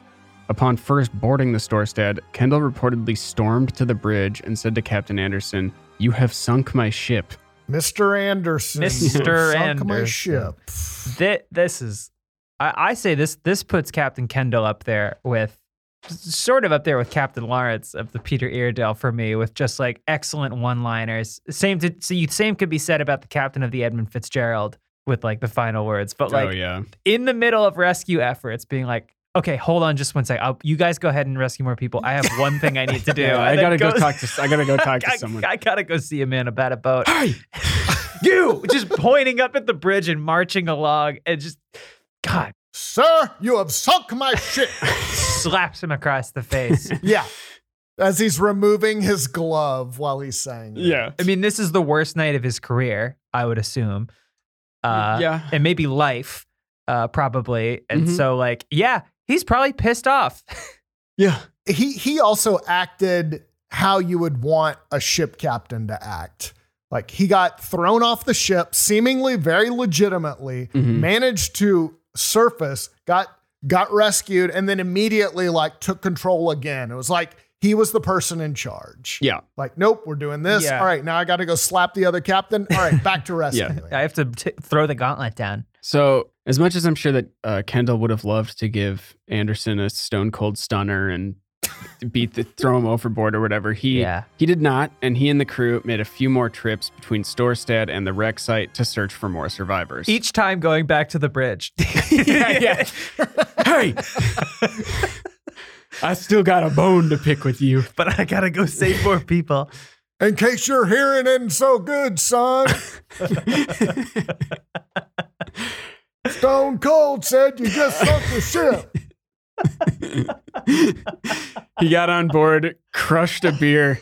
Speaker 2: Upon first boarding the Storstad, Kendall reportedly stormed to the bridge and said to Captain Anderson, You have sunk my ship.
Speaker 4: Mr. Anderson.
Speaker 3: Mr.
Speaker 4: Sunk my
Speaker 3: Anderson.
Speaker 4: ship.
Speaker 3: Thi- this is I, I say this this puts Captain Kendall up there with sort of up there with Captain Lawrence of the Peter Iredale for me with just like excellent one-liners. Same to so you same could be said about the captain of the Edmund Fitzgerald with like the final words, but like
Speaker 2: oh, yeah.
Speaker 3: in the middle of rescue efforts being like Okay, hold on just one sec. I'll, you guys go ahead and rescue more people. I have one thing I need to do.
Speaker 2: Yeah, I
Speaker 3: And then
Speaker 2: gotta go
Speaker 3: goes-
Speaker 2: talk to- I gotta go talk to
Speaker 3: I-
Speaker 2: someone.
Speaker 3: I gotta go see a man about a boat. you just pointing up at the bridge and marching along and just God
Speaker 4: Sir, you have sunk my ship.
Speaker 3: slaps him across the face.
Speaker 4: yeah. As he's removing his glove while he's saying, it.
Speaker 2: Yeah.
Speaker 3: I mean, this is the worst night of his career, I would assume. Uh,
Speaker 2: yeah.
Speaker 3: And maybe life, uh, probably. And
Speaker 2: Mhm.
Speaker 3: so, like, yeah, he's probably pissed off.
Speaker 2: Yeah.
Speaker 4: he he also acted how you would want a ship captain to act. Like he got thrown off the ship, seemingly very legitimately,
Speaker 2: Mhm.
Speaker 4: managed to surface, got got rescued, and then immediately like took control again. It was like he was the person in charge.
Speaker 2: Yeah.
Speaker 4: Like, nope, we're doing this.
Speaker 3: Yeah.
Speaker 4: All right, now I got to go slap the other captain. All right, back to rescue.
Speaker 3: I have to t- throw the gauntlet down.
Speaker 2: So, as much as I'm sure that uh, Kendall would have loved to give Anderson a stone cold stunner and beat the throw him overboard or whatever, he
Speaker 3: Yeah.
Speaker 2: he did not, and he and the crew made a few more trips between Storstad and the wreck site to search for more survivors.
Speaker 3: Each time going back to the bridge.
Speaker 2: yeah, yeah. hey, I still got a bone to pick with you.
Speaker 3: But I gotta go save more people.
Speaker 4: In case your hearing isn't so good, son. Stone Cold said you just sunk the ship.
Speaker 2: He got on board, crushed a beer.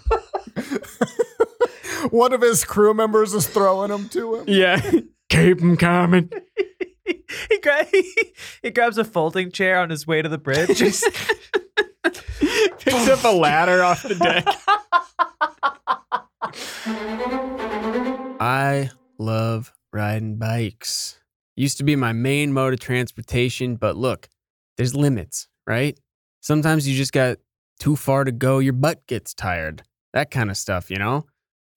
Speaker 4: One of his crew members is throwing him to him.
Speaker 2: Yeah, keep him coming.
Speaker 3: he, gra- he grabs a folding chair on his way to the bridge. Just
Speaker 2: Picks up a ladder off the deck. I love riding bikes. Used to be my main mode of transportation, but look, there's limits, right? Sometimes you just got too far to go, your butt gets tired, that kind of stuff, you know?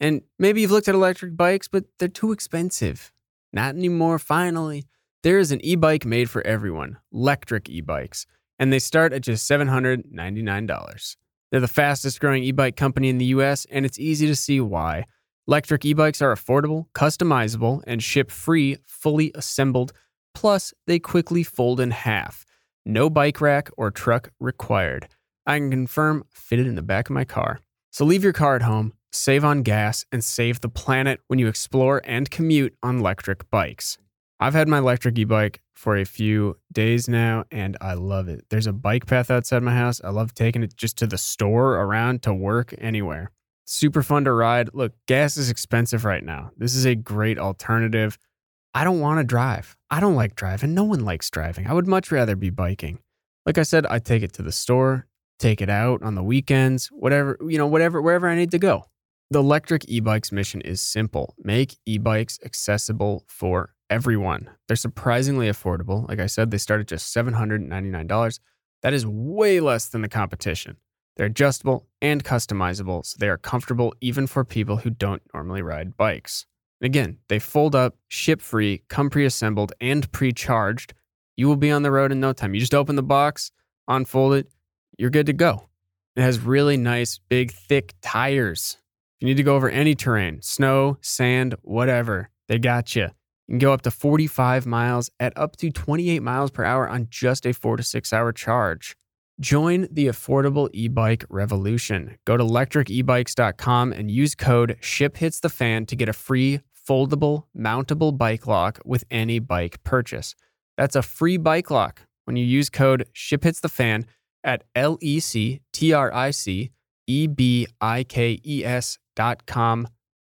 Speaker 2: And maybe you've looked at electric bikes, but they're too expensive. Not anymore, finally. There is an e bike made for everyone electric e bikes, and they start at just $799. They're the fastest growing e bike company in the US, and it's easy to see why. Electric e bikes are affordable, customizable, and ship free, fully assembled. Plus, they quickly fold in half. No bike rack or truck required. I can confirm, fitted in the back of my car. So leave your car at home, save on gas, and save the planet when you explore and commute on electric bikes. I've had my electric e bike for a few days now, and I love it. There's a bike path outside my house. I love taking it just to the store, around, to work, anywhere. Super fun to ride. Look, gas is expensive right now. This is a great alternative. I don't want to drive. I don't like driving. No one likes driving. I would much rather be biking. Like I said, I take it to the store, take it out on the weekends, whatever, you know, whatever, wherever I need to go. The electric e bike's mission is simple make e bikes accessible for everyone. They're surprisingly affordable. Like I said, they start at just $799. That is way less than the competition. They're adjustable and customizable, so they are comfortable even for people who don't normally ride bikes. And again, they fold up, ship free, come pre assembled, and pre charged. You will be on the road in no time. You just open the box, unfold it, you're good to go. It has really nice, big, thick tires. If you need to go over any terrain, snow, sand, whatever, they got you. You can go up to 45 miles at up to 28 miles per hour on just a four to six hour charge. Join the affordable e bike revolution. Go to electricebikes.com and use code SHIPHITSTHEFAN to get a free foldable, mountable bike lock with any bike purchase. That's a free bike lock when you use code SHIPHITSTHEFAN at L E C T R I C E B I K E S dot com,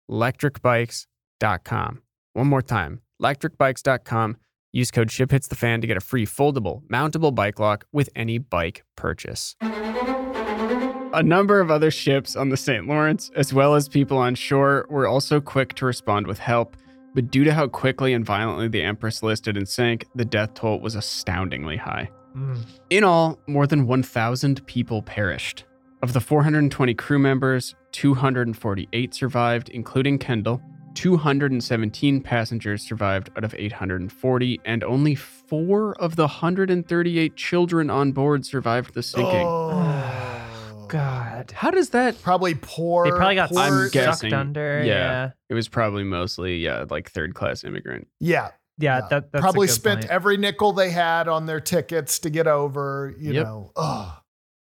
Speaker 2: electricbikes.com. One more time, electricbikes.com. Use code SHIPHITSTHEFAN to get a free foldable, mountable bike lock with any bike purchase. A number of other ships on the St. Lawrence, as well as people on shore, were also quick to respond with help, but due to how quickly and violently the Empress listed and sank, the death toll was astoundingly high.
Speaker 3: Mm.
Speaker 2: In all, more than 1,000 people perished. Of the 420 crew members, 248 survived, including Kendall. 217 passengers survived out of 840, and only four of the 138 children on board survived the sinking.
Speaker 4: Oh,
Speaker 3: God.
Speaker 2: How does that?
Speaker 4: Probably poor.
Speaker 3: They probably got
Speaker 4: poor-
Speaker 2: I'm
Speaker 3: sucked
Speaker 2: guessing,
Speaker 3: under.
Speaker 2: yeah.
Speaker 3: Yeah. Yeah.
Speaker 2: It was probably mostly, yeah, like third class immigrant.
Speaker 4: Yeah, Yeah.
Speaker 3: that, that's a
Speaker 4: probably
Speaker 3: good
Speaker 4: spent
Speaker 3: point.
Speaker 4: every nickel they had on their tickets to get over. You
Speaker 2: Yep.
Speaker 4: know, Ugh.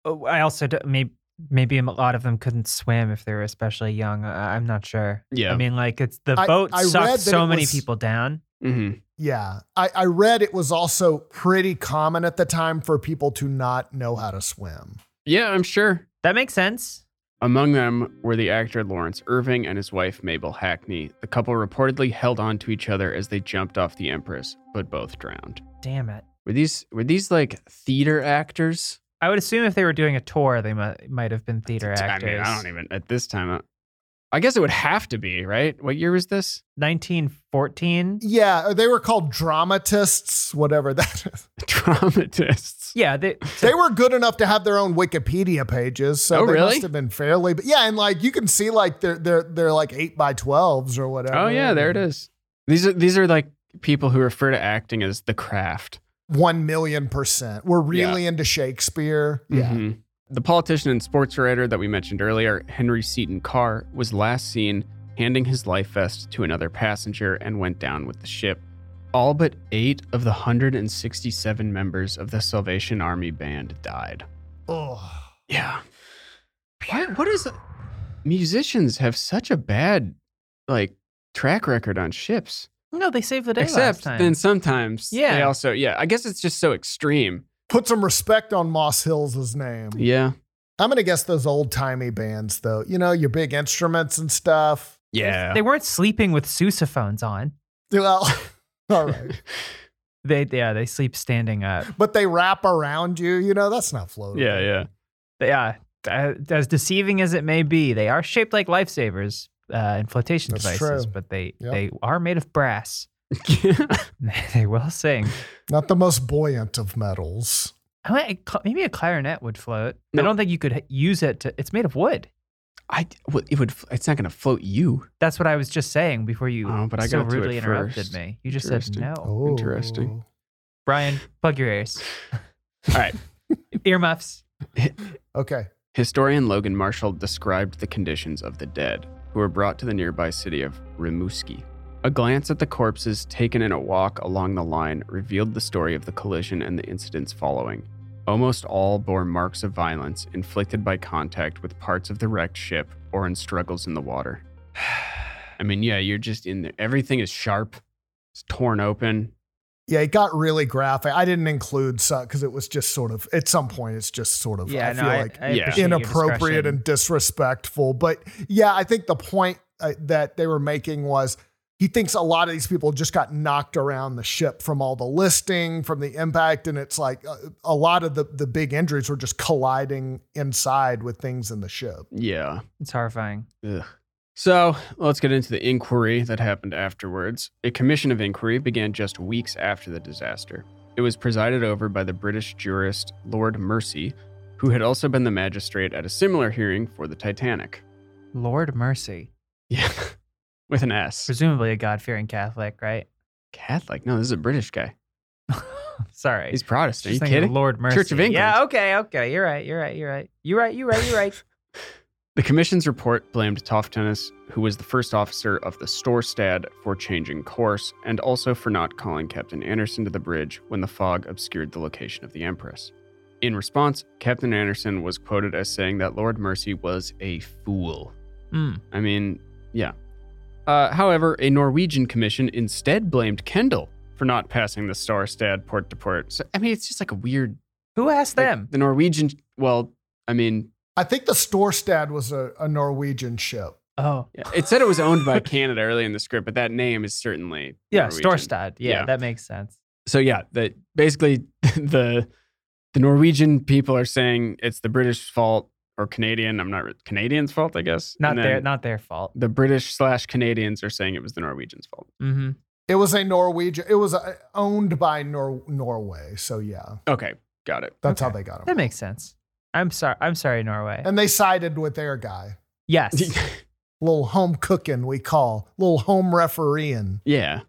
Speaker 3: Oh, I also do, maybe maybe a lot of them couldn't swim if they were especially young. I, I'm not sure.
Speaker 2: Yeah.
Speaker 3: I mean, like it's the
Speaker 4: I-
Speaker 3: boat
Speaker 4: I read
Speaker 3: sucked
Speaker 4: that
Speaker 3: so
Speaker 4: it
Speaker 3: many
Speaker 4: was-
Speaker 3: people down.
Speaker 2: hmm
Speaker 4: yeah. I, I read it was also pretty common at the time for people to not know how to swim.
Speaker 2: Yeah, I'm sure.
Speaker 3: That makes sense.
Speaker 2: Among them were the actor Lawrence Irving and his wife Mabel Hackney. The couple reportedly held on to each other as they jumped off the Empress, but both drowned.
Speaker 3: Damn it.
Speaker 2: Were these were these like theater actors?
Speaker 3: I would assume if they were doing a tour, they might might have been theater
Speaker 2: I mean,
Speaker 3: actors.
Speaker 2: I don't even at this time. I- I guess it would have to be right. What year was this?
Speaker 3: 1914.
Speaker 4: Yeah, or they were called dramatists, whatever that is.
Speaker 2: Dramatists.
Speaker 3: Yeah, they,
Speaker 4: They were good enough to have their own Wikipedia pages, so
Speaker 2: Oh,
Speaker 4: they
Speaker 2: really?
Speaker 4: must have been fairly. But yeah, and like you can see, like they're they're they're like eight by twelves or whatever.
Speaker 2: Oh yeah, there it is. These are these are like people who refer to acting as the craft.
Speaker 4: One million percent. We're really into Shakespeare. Yeah.
Speaker 2: Mhm. The politician and sports writer that we mentioned earlier, Henry Seton Carr, was last seen handing his life vest to another passenger and went down with the ship. All but eight of the 167 members of the Salvation Army band died.
Speaker 4: Ugh.
Speaker 2: Yeah. What, what is. Musicians have such a bad, like, track record on ships.
Speaker 3: no, they saved the day last
Speaker 2: Except
Speaker 3: time.
Speaker 2: then sometimes yeah. they
Speaker 3: Yeah.
Speaker 2: also, yeah, I guess it's just so extreme.
Speaker 4: Put some respect on Moss Hill's name.
Speaker 2: Yeah.
Speaker 4: I'm gonna guess those old timey bands, though. You know, your big instruments and stuff.
Speaker 2: Yeah.
Speaker 3: They weren't sleeping with sousaphones on.
Speaker 4: Well, all right,
Speaker 3: They yeah, they sleep standing up.
Speaker 4: but they wrap around you. You know, that's not floating.
Speaker 2: yeah, yeah.
Speaker 3: Yeah, uh, as deceiving as it may be, they are shaped like lifesavers uh, and flotation
Speaker 4: That's
Speaker 3: devices,
Speaker 4: true.
Speaker 3: but they
Speaker 4: Yep.
Speaker 3: they are made of brass.
Speaker 2: yeah.
Speaker 3: they will sing.
Speaker 4: Not the most buoyant of metals.
Speaker 3: I might- a cl- Maybe a clarinet would float.
Speaker 2: No.
Speaker 3: I don't think you could h- use it to. It's made of wood.
Speaker 2: I well, it would. It's not going to float you.
Speaker 3: That's what I was just saying before you
Speaker 2: Oh, but I
Speaker 3: so
Speaker 2: got to it
Speaker 3: rudely interrupted
Speaker 2: first.
Speaker 3: me. You just said
Speaker 2: Interesting.
Speaker 3: no.
Speaker 4: Oh,
Speaker 2: Interesting.
Speaker 3: Brian, plug your ears.
Speaker 2: All right.
Speaker 3: Earmuffs.
Speaker 4: Oh. Okay.
Speaker 2: Historian Logan Marshall described the conditions of the dead, who were brought to the nearby city of Rimouski. A glance at the corpses taken in a walk along the line revealed the story of the collision and the incidents following. Almost all bore marks of violence inflicted by contact with parts of the wrecked ship or in struggles in the water. I mean, yeah, you're just in there. Everything is sharp, it's torn open.
Speaker 4: Yeah, it got really graphic. I didn't include suck because it was just sort of at some point it's just sort of I feel like
Speaker 2: Yeah.
Speaker 3: appreciate your
Speaker 4: inappropriate
Speaker 3: discretion.
Speaker 4: and disrespectful. But yeah, I think the point uh, that they were making was he thinks a lot of these people just got knocked around the ship from all the listing, from the impact, and it's like uh, a lot of the the big injuries were just colliding inside with things in the ship.
Speaker 2: Yeah.
Speaker 3: It's horrifying.
Speaker 2: Ugh. So let's get into the inquiry that happened afterwards. A commission of inquiry began just weeks after the disaster. It was presided over by the British jurist Lord Mercy, who had also been the magistrate at a similar hearing for the Titanic.
Speaker 3: Lord mercy.
Speaker 2: Yeah, with an S.
Speaker 3: Presumably a God fearing Catholic, right?
Speaker 2: Catholic? No, this is a British guy.
Speaker 3: Sorry.
Speaker 2: He's Protestant. Are
Speaker 3: Just
Speaker 2: you
Speaker 3: thinking of
Speaker 2: kidding?
Speaker 3: Lord mercy.
Speaker 2: Church of England.
Speaker 3: Yeah, okay, okay. You're right. You're right. You're right. You're right. You're right. You're right.
Speaker 2: The commission's report blamed Toftanis, who was the first officer of the Storstad, for changing course and also for not calling Captain Anderson to the bridge when the fog obscured the location of the Empress. In response, Captain Anderson was quoted as saying that Lord Mercy was a fool.
Speaker 3: Mm.
Speaker 2: I mean, yeah. Uh, however, a Norwegian commission instead blamed Kendall for not passing the Storstad port to port. So, I mean, it's just like a weird.
Speaker 3: Who asked
Speaker 2: like,
Speaker 3: them?
Speaker 2: the Norwegian. Well, I mean,
Speaker 4: I think the Storstad was a, a Norwegian ship.
Speaker 3: Oh.
Speaker 2: Yeah, it said it was owned by Canada early in the script, but that name is certainly
Speaker 3: Yeah,
Speaker 2: Norwegian.
Speaker 3: Storstad. Yeah,
Speaker 2: Yeah.
Speaker 3: that makes sense.
Speaker 2: So yeah, the, basically the the Norwegian people are saying it's the British fault or Canadian. I'm not re- Canadians' fault, I guess.
Speaker 3: Not
Speaker 2: And then
Speaker 3: their not their fault.
Speaker 2: The British slash Canadians are saying it was the Norwegians' fault.
Speaker 3: Mm-hmm.
Speaker 4: It was a Norwegian. It was uh owned by Nor- Norway. So yeah,
Speaker 2: Okay, got it.
Speaker 4: that's how
Speaker 3: Okay.
Speaker 4: they got
Speaker 3: That
Speaker 4: him.
Speaker 3: makes sense. I'm sorry. I'm sorry, Norway.
Speaker 4: And they sided with their guy.
Speaker 3: Yes.
Speaker 4: Little home cooking, we call. Little home refereeing.
Speaker 2: yeah.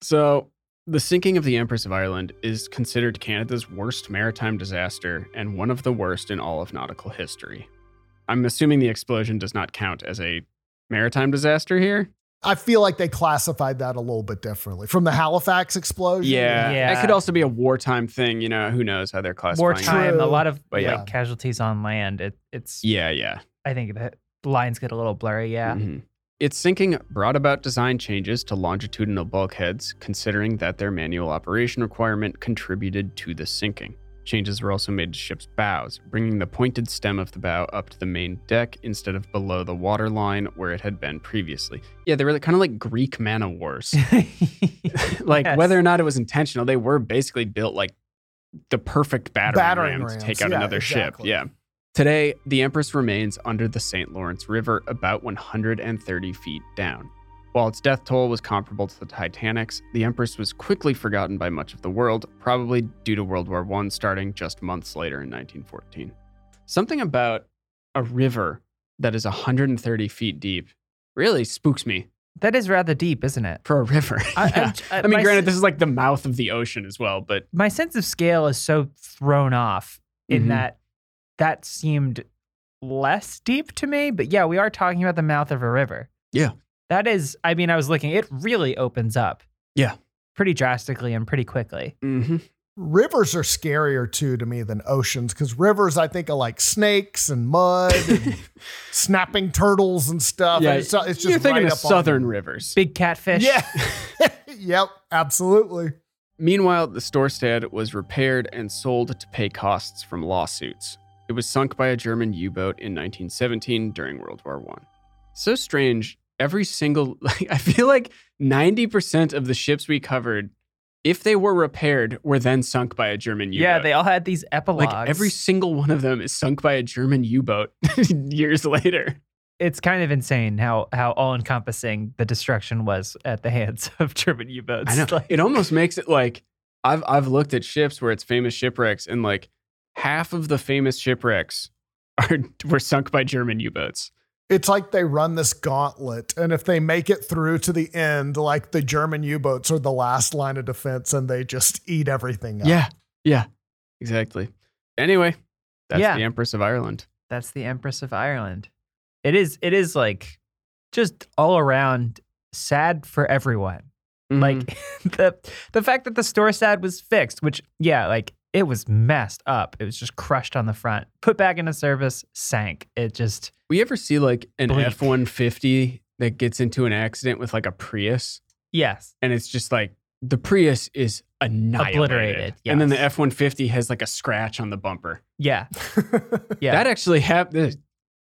Speaker 2: So the sinking of the Empress of Ireland is considered Canada's worst maritime disaster and one of the worst in all of nautical history. I'm assuming the explosion does not count as a maritime disaster here.
Speaker 4: I feel like they classified that a little bit differently from the Halifax explosion.
Speaker 2: Yeah.
Speaker 3: Yeah.
Speaker 2: That could also be a wartime thing, you know, who knows how they're classifying it.
Speaker 3: Wartime, a
Speaker 4: True.
Speaker 3: lot of
Speaker 2: But
Speaker 3: like
Speaker 2: yeah.
Speaker 3: casualties on land. It, it's
Speaker 2: Yeah, yeah.
Speaker 3: I think the lines get a little blurry. Yeah.
Speaker 2: Mhm. Its sinking brought about design changes to longitudinal bulkheads, considering that their manual operation requirement contributed to the sinking. Changes were also made to ship's bows, bringing the pointed stem of the bow up to the main deck instead of below the water line where it had been previously. Yeah, they were kind of like Greek man o' wars. like
Speaker 3: Yes.
Speaker 2: whether or not it was intentional, they were basically built like the perfect battering,
Speaker 4: Battering
Speaker 2: ram
Speaker 4: rams,
Speaker 2: to take out
Speaker 4: yeah,
Speaker 2: another ship.
Speaker 4: exactly.
Speaker 2: Yeah. Today, the Empress remains under the St. Lawrence River about 130 feet down. While its death toll was comparable to the Titanic's, the Empress was quickly forgotten by much of the world, probably due to World War I starting just months later in 1914. Something about a river that is 130 feet deep really spooks me
Speaker 3: that is rather deep, isn't it?
Speaker 2: for a river. Yeah.
Speaker 3: I'm-
Speaker 2: I mean,
Speaker 3: my
Speaker 2: granted,
Speaker 3: s-
Speaker 2: this is like the mouth of the ocean as well, but
Speaker 3: my sense of scale is so thrown off in
Speaker 2: Mhm.
Speaker 3: that that seemed less deep to me. But yeah, we are talking about the mouth of a river.
Speaker 2: Yeah.
Speaker 3: That is, I mean, I was looking, it really opens up.
Speaker 2: Yeah.
Speaker 3: Pretty drastically and pretty quickly.
Speaker 4: Mm-hmm. Rivers are scarier too to me than oceans because rivers, I think, are like snakes and mud, and snapping turtles and stuff.
Speaker 2: yeah,
Speaker 4: and Uh, it's, it's just
Speaker 2: you're thinking of
Speaker 4: right up on
Speaker 2: southern
Speaker 4: you.
Speaker 2: rivers.
Speaker 3: Big catfish.
Speaker 4: Yeah. yep. Absolutely.
Speaker 2: Meanwhile, the Storstad was repaired and sold to pay costs from lawsuits. It was sunk by a German U-boat in 1917 during World War One. So strange. Every single, like, I feel like 90% of the ships we covered, if they were repaired, were then sunk by a German U-boat.
Speaker 3: Yeah, they all had these epilogues.
Speaker 2: like every single one of them is sunk by a German U-boat years later.
Speaker 3: it's kind of insane how how all encompassing the destruction was at the hands of German U boats.
Speaker 2: I know. it almost makes it like I've I've looked at ships where it's famous shipwrecks, and like half of the famous shipwrecks are were sunk by German U-boats.
Speaker 4: It's like they run this gauntlet, and if they make it through to the end, like the German U boats are the last line of defense and they just eat everything up.
Speaker 2: Yeah, yeah, exactly. Anyway, that's
Speaker 3: Yeah.
Speaker 2: the Empress of Ireland.
Speaker 3: That's the Empress of Ireland. It is it is like just all around sad for everyone.
Speaker 2: Mhm.
Speaker 3: Like the the fact that the store sad was fixed, which yeah, like it was messed up. It was just crushed on the front, put back into service, sank. It just
Speaker 2: we ever see like an
Speaker 3: Bleak.
Speaker 2: F one fifty that gets into an accident with like a Prius,
Speaker 3: yes.
Speaker 2: and it's just like the Prius is annihilated,
Speaker 3: Obliterated,
Speaker 2: and then the
Speaker 3: yes.
Speaker 2: F one fifty has like a scratch on the bumper.
Speaker 3: Yeah. Yeah.
Speaker 2: That actually happened.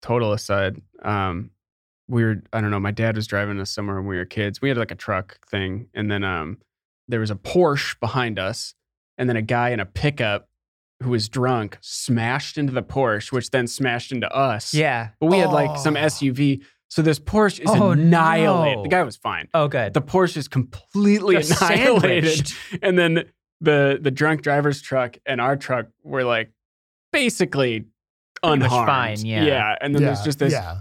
Speaker 2: Total aside. Um, we were, I don't know, my dad was driving us somewhere when we were kids. We had like a truck thing. And then um, there was a Porsche behind us. And then a guy in a pickup who was drunk smashed into the Porsche, which then smashed into us.
Speaker 3: yeah.
Speaker 2: But we had like some
Speaker 4: Oh.
Speaker 2: SUV. So this Porsche is
Speaker 3: Oh,
Speaker 2: annihilated.
Speaker 3: no.
Speaker 2: The guy was fine.
Speaker 3: Oh, good.
Speaker 2: The Porsche is completely
Speaker 3: Just
Speaker 2: annihilated.
Speaker 3: sandwiched.
Speaker 2: And then the the drunk driver's truck and our truck were like basically
Speaker 3: Pretty much
Speaker 2: unharmed.
Speaker 3: fine, yeah.
Speaker 2: Yeah. And then
Speaker 4: yeah,
Speaker 2: there's just this
Speaker 4: yeah.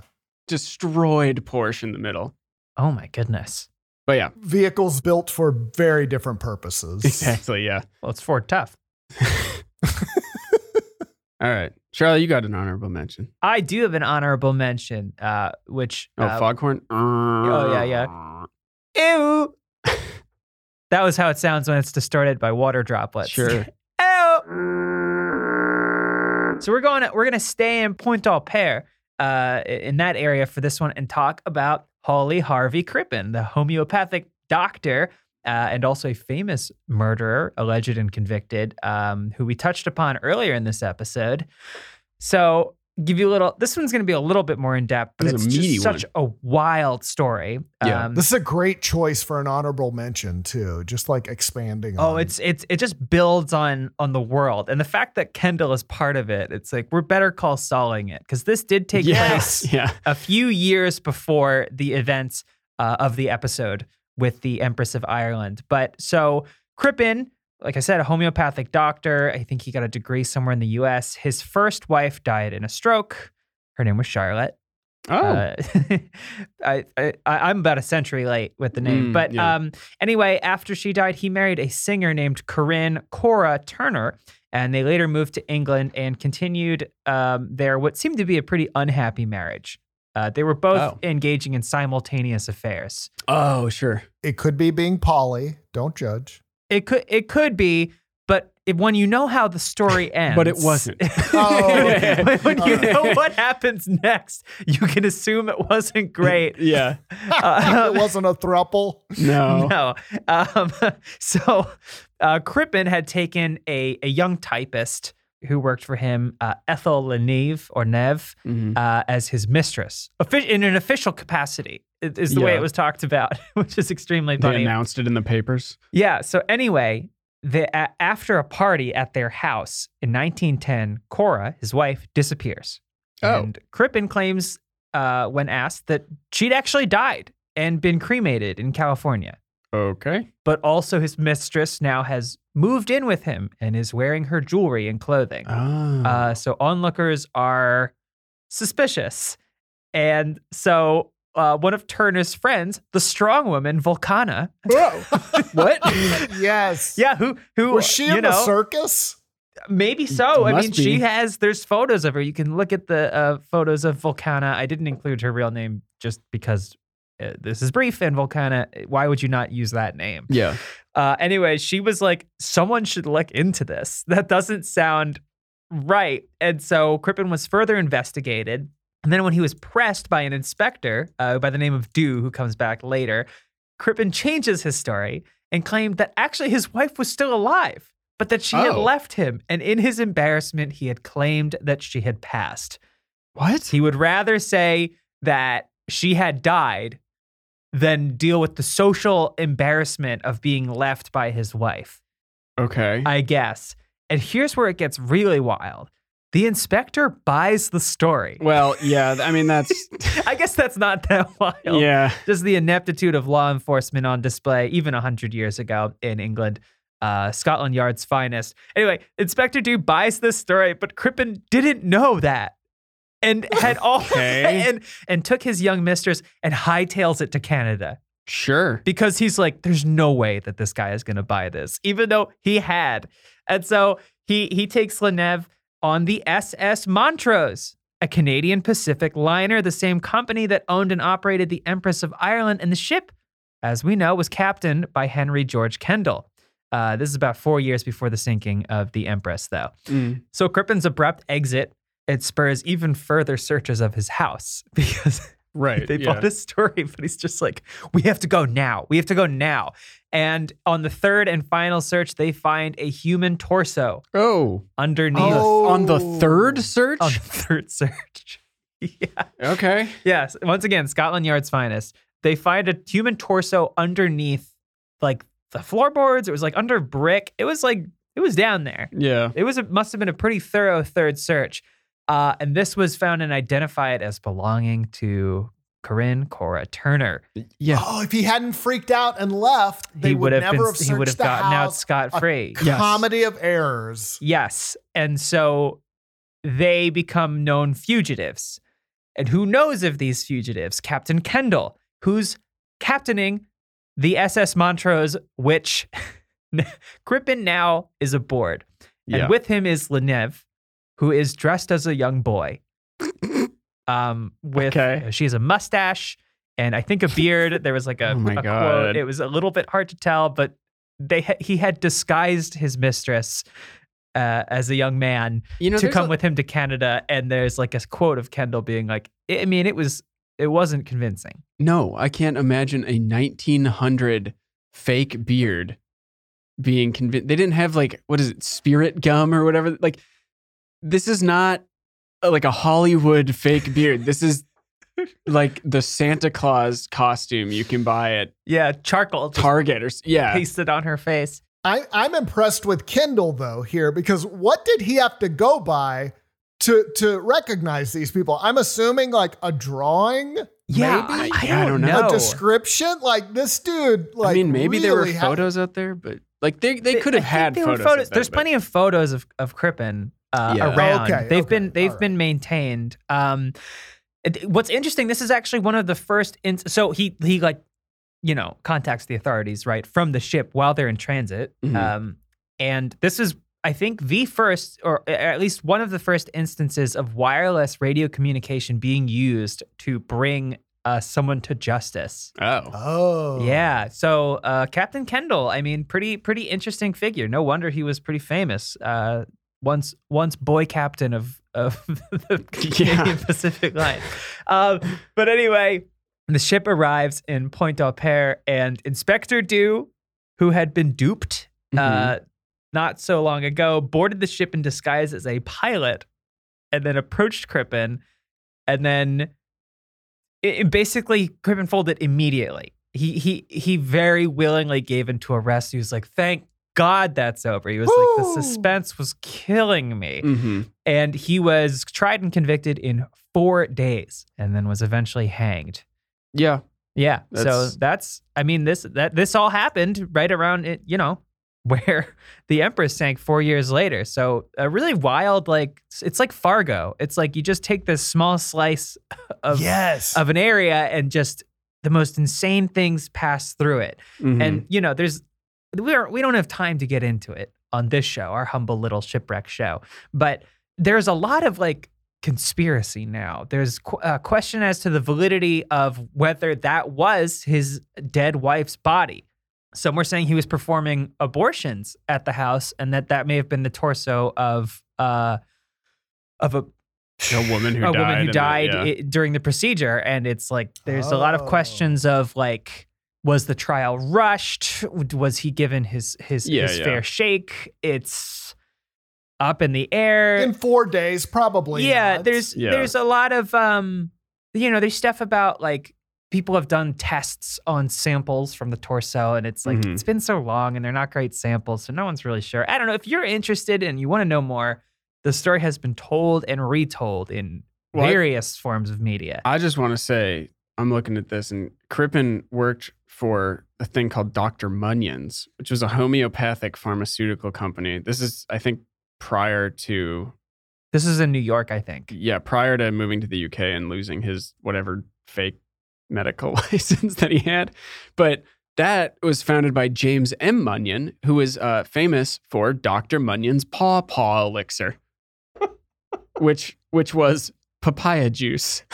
Speaker 2: destroyed Porsche in the middle.
Speaker 3: Oh my goodness.
Speaker 2: But yeah,
Speaker 4: vehicles built for very different purposes.
Speaker 2: exactly. Yeah.
Speaker 3: Well, it's Ford Tough.
Speaker 2: All right. Charlie, you got an honorable mention.
Speaker 3: I do have an honorable mention, uh, which
Speaker 2: Oh,
Speaker 3: uh,
Speaker 2: Foghorn. Oh,
Speaker 3: yeah, yeah. Ew. that was how it sounds when it's distorted by water droplets.
Speaker 2: Sure.
Speaker 3: Ew.
Speaker 2: Mm.
Speaker 3: So we're going. To, we're going to stay in Point au Pair, uh, in that area for this one, and talk about Holly Harvey Crippen, the homeopathic doctor. Uh, and also a famous murderer, alleged and convicted, um, who we touched upon earlier in this episode. So, give you a little. This one's going to be a little bit more in depth, but
Speaker 2: This
Speaker 3: it's
Speaker 2: is a meaty
Speaker 3: just such a wild story. Um,
Speaker 2: Yeah.
Speaker 4: This is a great choice for an honorable mention too. Just like expanding.
Speaker 3: Oh,
Speaker 4: on-
Speaker 3: it's it's it just builds on on the world and the fact that Kendall is part of it. It's like we're better call Sauling it because this did take
Speaker 2: Yes.
Speaker 3: place
Speaker 2: Yeah.
Speaker 3: a few years before the events uh, of the episode with the Empress of Ireland. But so Crippen, like I said, a homeopathic doctor. I think he got a degree somewhere in the U.S. His first wife died in a stroke. Her name was Charlotte.
Speaker 2: Oh.
Speaker 3: Uh, I, I I- I'm about a century late with the name,
Speaker 2: Mm,
Speaker 3: but
Speaker 2: yeah.
Speaker 3: um, anyway, after she died, he married a singer named Corinne Cora Turner, and they later moved to England and continued um, their what seemed to be a pretty unhappy marriage. Uh, they were both
Speaker 2: Oh.
Speaker 3: engaging in simultaneous affairs.
Speaker 2: oh, sure.
Speaker 4: it could be being Polly. Don't judge.
Speaker 3: It could it could be, but if, when you know how the story ends,
Speaker 2: But it wasn't.
Speaker 4: Oh,
Speaker 2: okay.
Speaker 3: when when you
Speaker 4: All right.
Speaker 3: know what happens next, you can assume it wasn't great.
Speaker 2: Yeah.
Speaker 3: Uh,
Speaker 4: it wasn't a thruple.
Speaker 2: No.
Speaker 3: No. Um, so uh, Crippen had taken a, a young typist who worked for him, uh, Ethel Leneve or Neve,
Speaker 2: Mhm.
Speaker 3: uh, as his mistress Offi- in an official capacity, i- is the way
Speaker 2: Yeah.
Speaker 3: it was talked about, which is extremely
Speaker 2: They
Speaker 3: funny.
Speaker 2: announced it in the papers.
Speaker 3: Yeah. So anyway, the, a- after a party at their house in 1910, Cora, his wife, disappears.
Speaker 2: Oh.
Speaker 3: And Crippen claims, uh, when asked, that she'd actually died and been cremated in California
Speaker 2: Okay.
Speaker 3: but also his mistress now has moved in with him and is wearing her jewelry and clothing.
Speaker 2: Oh.
Speaker 3: Uh, so onlookers are suspicious. And so uh, one of Turner's friends, the strong woman, Volcana. what?
Speaker 4: yes.
Speaker 3: yeah, who, who,
Speaker 4: Was she
Speaker 3: you
Speaker 4: in
Speaker 3: know,
Speaker 4: the circus?
Speaker 3: maybe so. I
Speaker 2: Must
Speaker 3: mean, she
Speaker 2: be.
Speaker 3: has, there's photos of her. You can look at the uh, photos of Volcana. I didn't include her real name just because uh, this is brief and Volcana, why would you not use that name?
Speaker 2: yeah.
Speaker 3: Uh, anyway, she was like, someone should look into this. That doesn't sound right. And so Crippen was further investigated. And then when he was pressed by an inspector uh, by the name of Dew, who comes back later, Crippen changes his story and claimed that actually his wife was still alive, but that she had
Speaker 2: Oh.
Speaker 3: left him. And in his embarrassment, he had claimed that she had passed.
Speaker 2: What?
Speaker 3: He would rather say that she had died than deal with the social embarrassment of being left by his wife,
Speaker 2: Okay.
Speaker 3: I guess. And here's where it gets really wild the inspector buys the story.
Speaker 2: well, yeah. I mean, that's.
Speaker 3: I guess that's not that wild.
Speaker 2: yeah.
Speaker 3: Just the ineptitude of law enforcement on display, even 100 years ago in England. Uh, Scotland Yard's finest. Anyway, Inspector Dew buys this story, but Crippen didn't know that. And had all
Speaker 2: Okay.
Speaker 3: and and took his young mistress and hightails it to Canada
Speaker 2: Sure.
Speaker 3: because he's like, there's no way that this guy is gonna buy this, even though he had. And so he he takes Lenev on the SS Montrose, a Canadian Pacific liner, the same company that owned and operated the Empress of Ireland, and the ship, as we know, was captained by Henry George Kendall. Uh, this is about four years before the sinking of the Empress, though.
Speaker 2: Mm.
Speaker 3: So Crippen's abrupt exit it spurs even further searches of his house because
Speaker 2: Right.
Speaker 3: they
Speaker 2: yeah.
Speaker 3: bought his story, but he's just like, we have to go now. We have to go now. And on the third and final search, they find a human torso
Speaker 2: Oh.
Speaker 3: underneath
Speaker 4: Oh.
Speaker 2: On the third search?
Speaker 3: on the third search. yeah.
Speaker 2: okay.
Speaker 3: Yes. Once again, Scotland Yard's finest. They find a human torso underneath like the floorboards. It was like under brick. It was like, it was down there.
Speaker 2: Yeah.
Speaker 3: It was a, must have been a pretty thorough third search. Uh, and this was found and identified as belonging to Corinne Cora Turner.
Speaker 2: Yeah.
Speaker 4: Oh, if he hadn't freaked out and left, they
Speaker 3: he
Speaker 4: would,
Speaker 3: would have
Speaker 4: never
Speaker 3: been,
Speaker 4: have searched
Speaker 3: he would have
Speaker 4: the
Speaker 3: gotten out
Speaker 4: house.
Speaker 3: scot free.
Speaker 2: Yes.
Speaker 4: Comedy of errors.
Speaker 3: Yes. And so they become known fugitives. And who knows of these fugitives? Captain Kendall, who's captaining the SS Montrose, which Crippen now is aboard.
Speaker 2: Yeah.
Speaker 3: And with him is Lenev, who is dressed as a young boy. um, with
Speaker 2: Okay.
Speaker 3: she has a mustache and I think a beard. there was like a,
Speaker 2: Oh my
Speaker 3: a
Speaker 2: God.
Speaker 3: quote. It was a little bit hard to tell, but they ha- he had disguised his mistress uh, as a young man
Speaker 2: you know,
Speaker 3: to
Speaker 2: there's
Speaker 3: come
Speaker 2: a-
Speaker 3: with him to Canada. And there's like a quote of Kendall being like, I I mean, it was it wasn't convincing.
Speaker 2: No, I can't imagine a 1900 fake beard being convinced. They didn't have like what is it, spirit gum or whatever. Like this is not uh, like a Hollywood fake beard. This is like the Santa Claus costume you can buy at
Speaker 3: Yeah, charcoal just
Speaker 2: Target or s- yeah.
Speaker 3: pasted on her face.
Speaker 4: I, I'm impressed with Kendall though here because what did he have to go by to to recognize these people? I'm assuming like a drawing,
Speaker 3: Yeah,
Speaker 2: Maybe?
Speaker 3: I, I
Speaker 2: Yeah, I
Speaker 3: don't
Speaker 2: don't know.
Speaker 3: know.
Speaker 4: a description. Like this dude, like
Speaker 2: I mean, maybe there were
Speaker 4: really had-
Speaker 2: photos out there, but like they, they
Speaker 3: They-
Speaker 2: could
Speaker 3: I
Speaker 2: have had
Speaker 3: think there were
Speaker 2: photos. of them,
Speaker 3: There's
Speaker 2: but-
Speaker 3: plenty of photos of of Crippen uh,
Speaker 2: Yeah.
Speaker 3: around.
Speaker 4: Okay,
Speaker 3: they've
Speaker 4: okay,
Speaker 3: been they've
Speaker 4: all
Speaker 3: been maintained. Um, it- what's interesting? This is actually one of the first. In, so he he like you know contacts the authorities right from the ship while they're in transit.
Speaker 2: Mhm.
Speaker 3: Um, and this is I think the first or a- at least one of the first instances of wireless radio communication being used to bring uh, someone to justice.
Speaker 2: Oh.
Speaker 4: Oh
Speaker 3: Yeah. So uh, Captain Kendall, I mean, pretty pretty interesting figure. No wonder he was pretty famous. Uh, once once boy captain of of the
Speaker 2: Yeah.
Speaker 3: Canadian Pacific Line. Um, but anyway, the ship arrives in Point au Pair, and Inspector Dew, who had been duped
Speaker 2: Mhm.
Speaker 3: uh, not so long ago, boarded the ship in disguise as a pilot and then approached Crippen. And then it, it basically, Crippen folded immediately. He, he, he very willingly gave in to arrest. He was like, thank God that's over. He was like,
Speaker 4: Woo!
Speaker 3: the suspense was killing me.
Speaker 2: Mhm.
Speaker 3: And he was tried and convicted in four days and then was eventually hanged.
Speaker 2: Yeah.
Speaker 3: Yeah.
Speaker 2: That's-
Speaker 3: so that's I mean this that this all happened right around it, you know, where the Empress sank 4 years later. So a really wild like it's like Fargo. It's like you just take this small slice of
Speaker 4: yes.
Speaker 3: of an area and just the most insane things pass through it.
Speaker 2: Mhm.
Speaker 3: And you know, there's we are we don't have time to get into it on this show, our humble little shipwreck show. But there's a lot of like conspiracy now. There's qu- a question as to the validity of whether that was his dead wife's body. Some were saying he was performing abortions at the house, and that that may have been the torso of uh of a
Speaker 2: a woman who
Speaker 3: a
Speaker 2: died.
Speaker 3: woman
Speaker 2: and
Speaker 3: who
Speaker 2: the-
Speaker 3: died
Speaker 2: yeah.
Speaker 3: i- during the procedure and it's like there's a lot of
Speaker 4: Oh.
Speaker 3: questions of like was the trial rushed was he given his his,
Speaker 2: Yeah,
Speaker 3: his
Speaker 2: yeah.
Speaker 3: fair shake it's up in the air
Speaker 4: in four days, probably.
Speaker 3: yeah
Speaker 4: not.
Speaker 3: there's
Speaker 2: Yeah.
Speaker 3: there's a lot of um you know there's stuff about like people have done tests on samples from the torso and it's like
Speaker 2: Mhm.
Speaker 3: it's been so long and they're not great samples so no one's really sure i don't know if you're interested and you want to know more the story has been told and retold in
Speaker 2: Well, I-
Speaker 3: various forms of media
Speaker 2: I just want to say I'm looking at this, and Crippen worked for a thing called Dr. Munion's, which was a homeopathic pharmaceutical company. This is, I think, prior to
Speaker 3: this is in new york i think
Speaker 2: yeah, prior to moving to the UK and losing his whatever fake medical license that he had. But that was founded by James M. Munyon, who is uh, famous for Dr. Munyon's paw paw elixir, which which was papaya juice.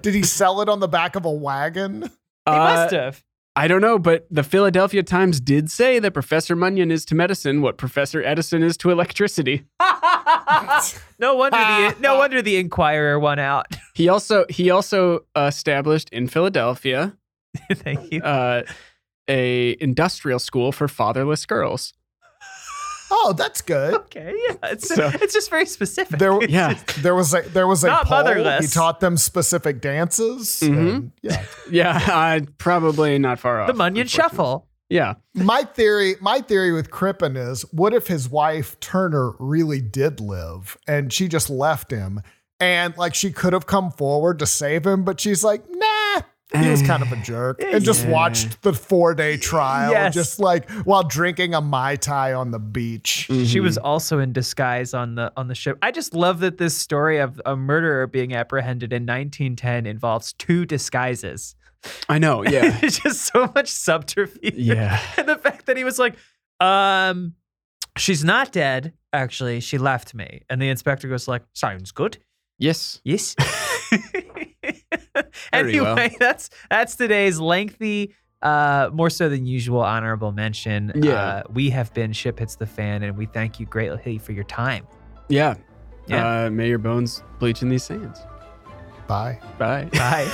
Speaker 4: Did he sell it on the back of a wagon?
Speaker 3: he
Speaker 2: Uh,
Speaker 3: must have
Speaker 2: I don't know, but the Philadelphia Times did say that Professor Munyon is to medicine what Professor Edison is to electricity.
Speaker 4: Oh,
Speaker 3: no wonder the no wonder the inquirer won out
Speaker 2: He also he also uh, established in Philadelphia
Speaker 3: thank you
Speaker 2: uh, a industrial school for fatherless girls.
Speaker 4: Oh, that's good.
Speaker 3: okay yeah it's,
Speaker 2: So-
Speaker 3: it's just very specific
Speaker 4: There,
Speaker 2: Yeah.
Speaker 4: there was a there was a
Speaker 3: Not
Speaker 4: poll. He
Speaker 3: motherless.
Speaker 4: taught them specific dances.
Speaker 2: Mhm.
Speaker 4: and- yeah.
Speaker 2: Yeah, uh, probably not far off.
Speaker 3: the Munyon
Speaker 2: unfortunately.
Speaker 3: Shuffle.
Speaker 2: Yeah.
Speaker 4: My theory, my theory with Crippen is, what if his wife Turner really did live and she just left him, And like she could have come forward to save him, but she's like, nah, he was kind of a jerk. And just
Speaker 2: Yeah.
Speaker 4: watched the four day trial,
Speaker 3: Yes.
Speaker 4: just like while drinking a Mai Tai on the beach.
Speaker 3: She was
Speaker 2: Mm-hmm.
Speaker 3: also in disguise on the on the ship. I just love that this story of a murderer being apprehended in 1910 involves two disguises.
Speaker 2: Mm-hmm. I know. Yeah.
Speaker 3: it's just so much subterfuge.
Speaker 2: yeah.
Speaker 3: And the fact that he was like, um, she's not dead. Actually, she left me. And the inspector goes like, sounds good.
Speaker 2: Yes.
Speaker 3: Yes.
Speaker 2: Very
Speaker 3: anyway,
Speaker 2: well.
Speaker 3: that's that's today's lengthy, uh, more so than usual honorable mention.
Speaker 2: Yeah.
Speaker 3: Uh, we have been Ship Hits the Fan, and we thank you greatly for your time.
Speaker 2: Yeah.
Speaker 3: Yeah.
Speaker 2: Uh, may your bones bleach in these sands.
Speaker 4: Bye.
Speaker 2: Bye.
Speaker 3: Bye.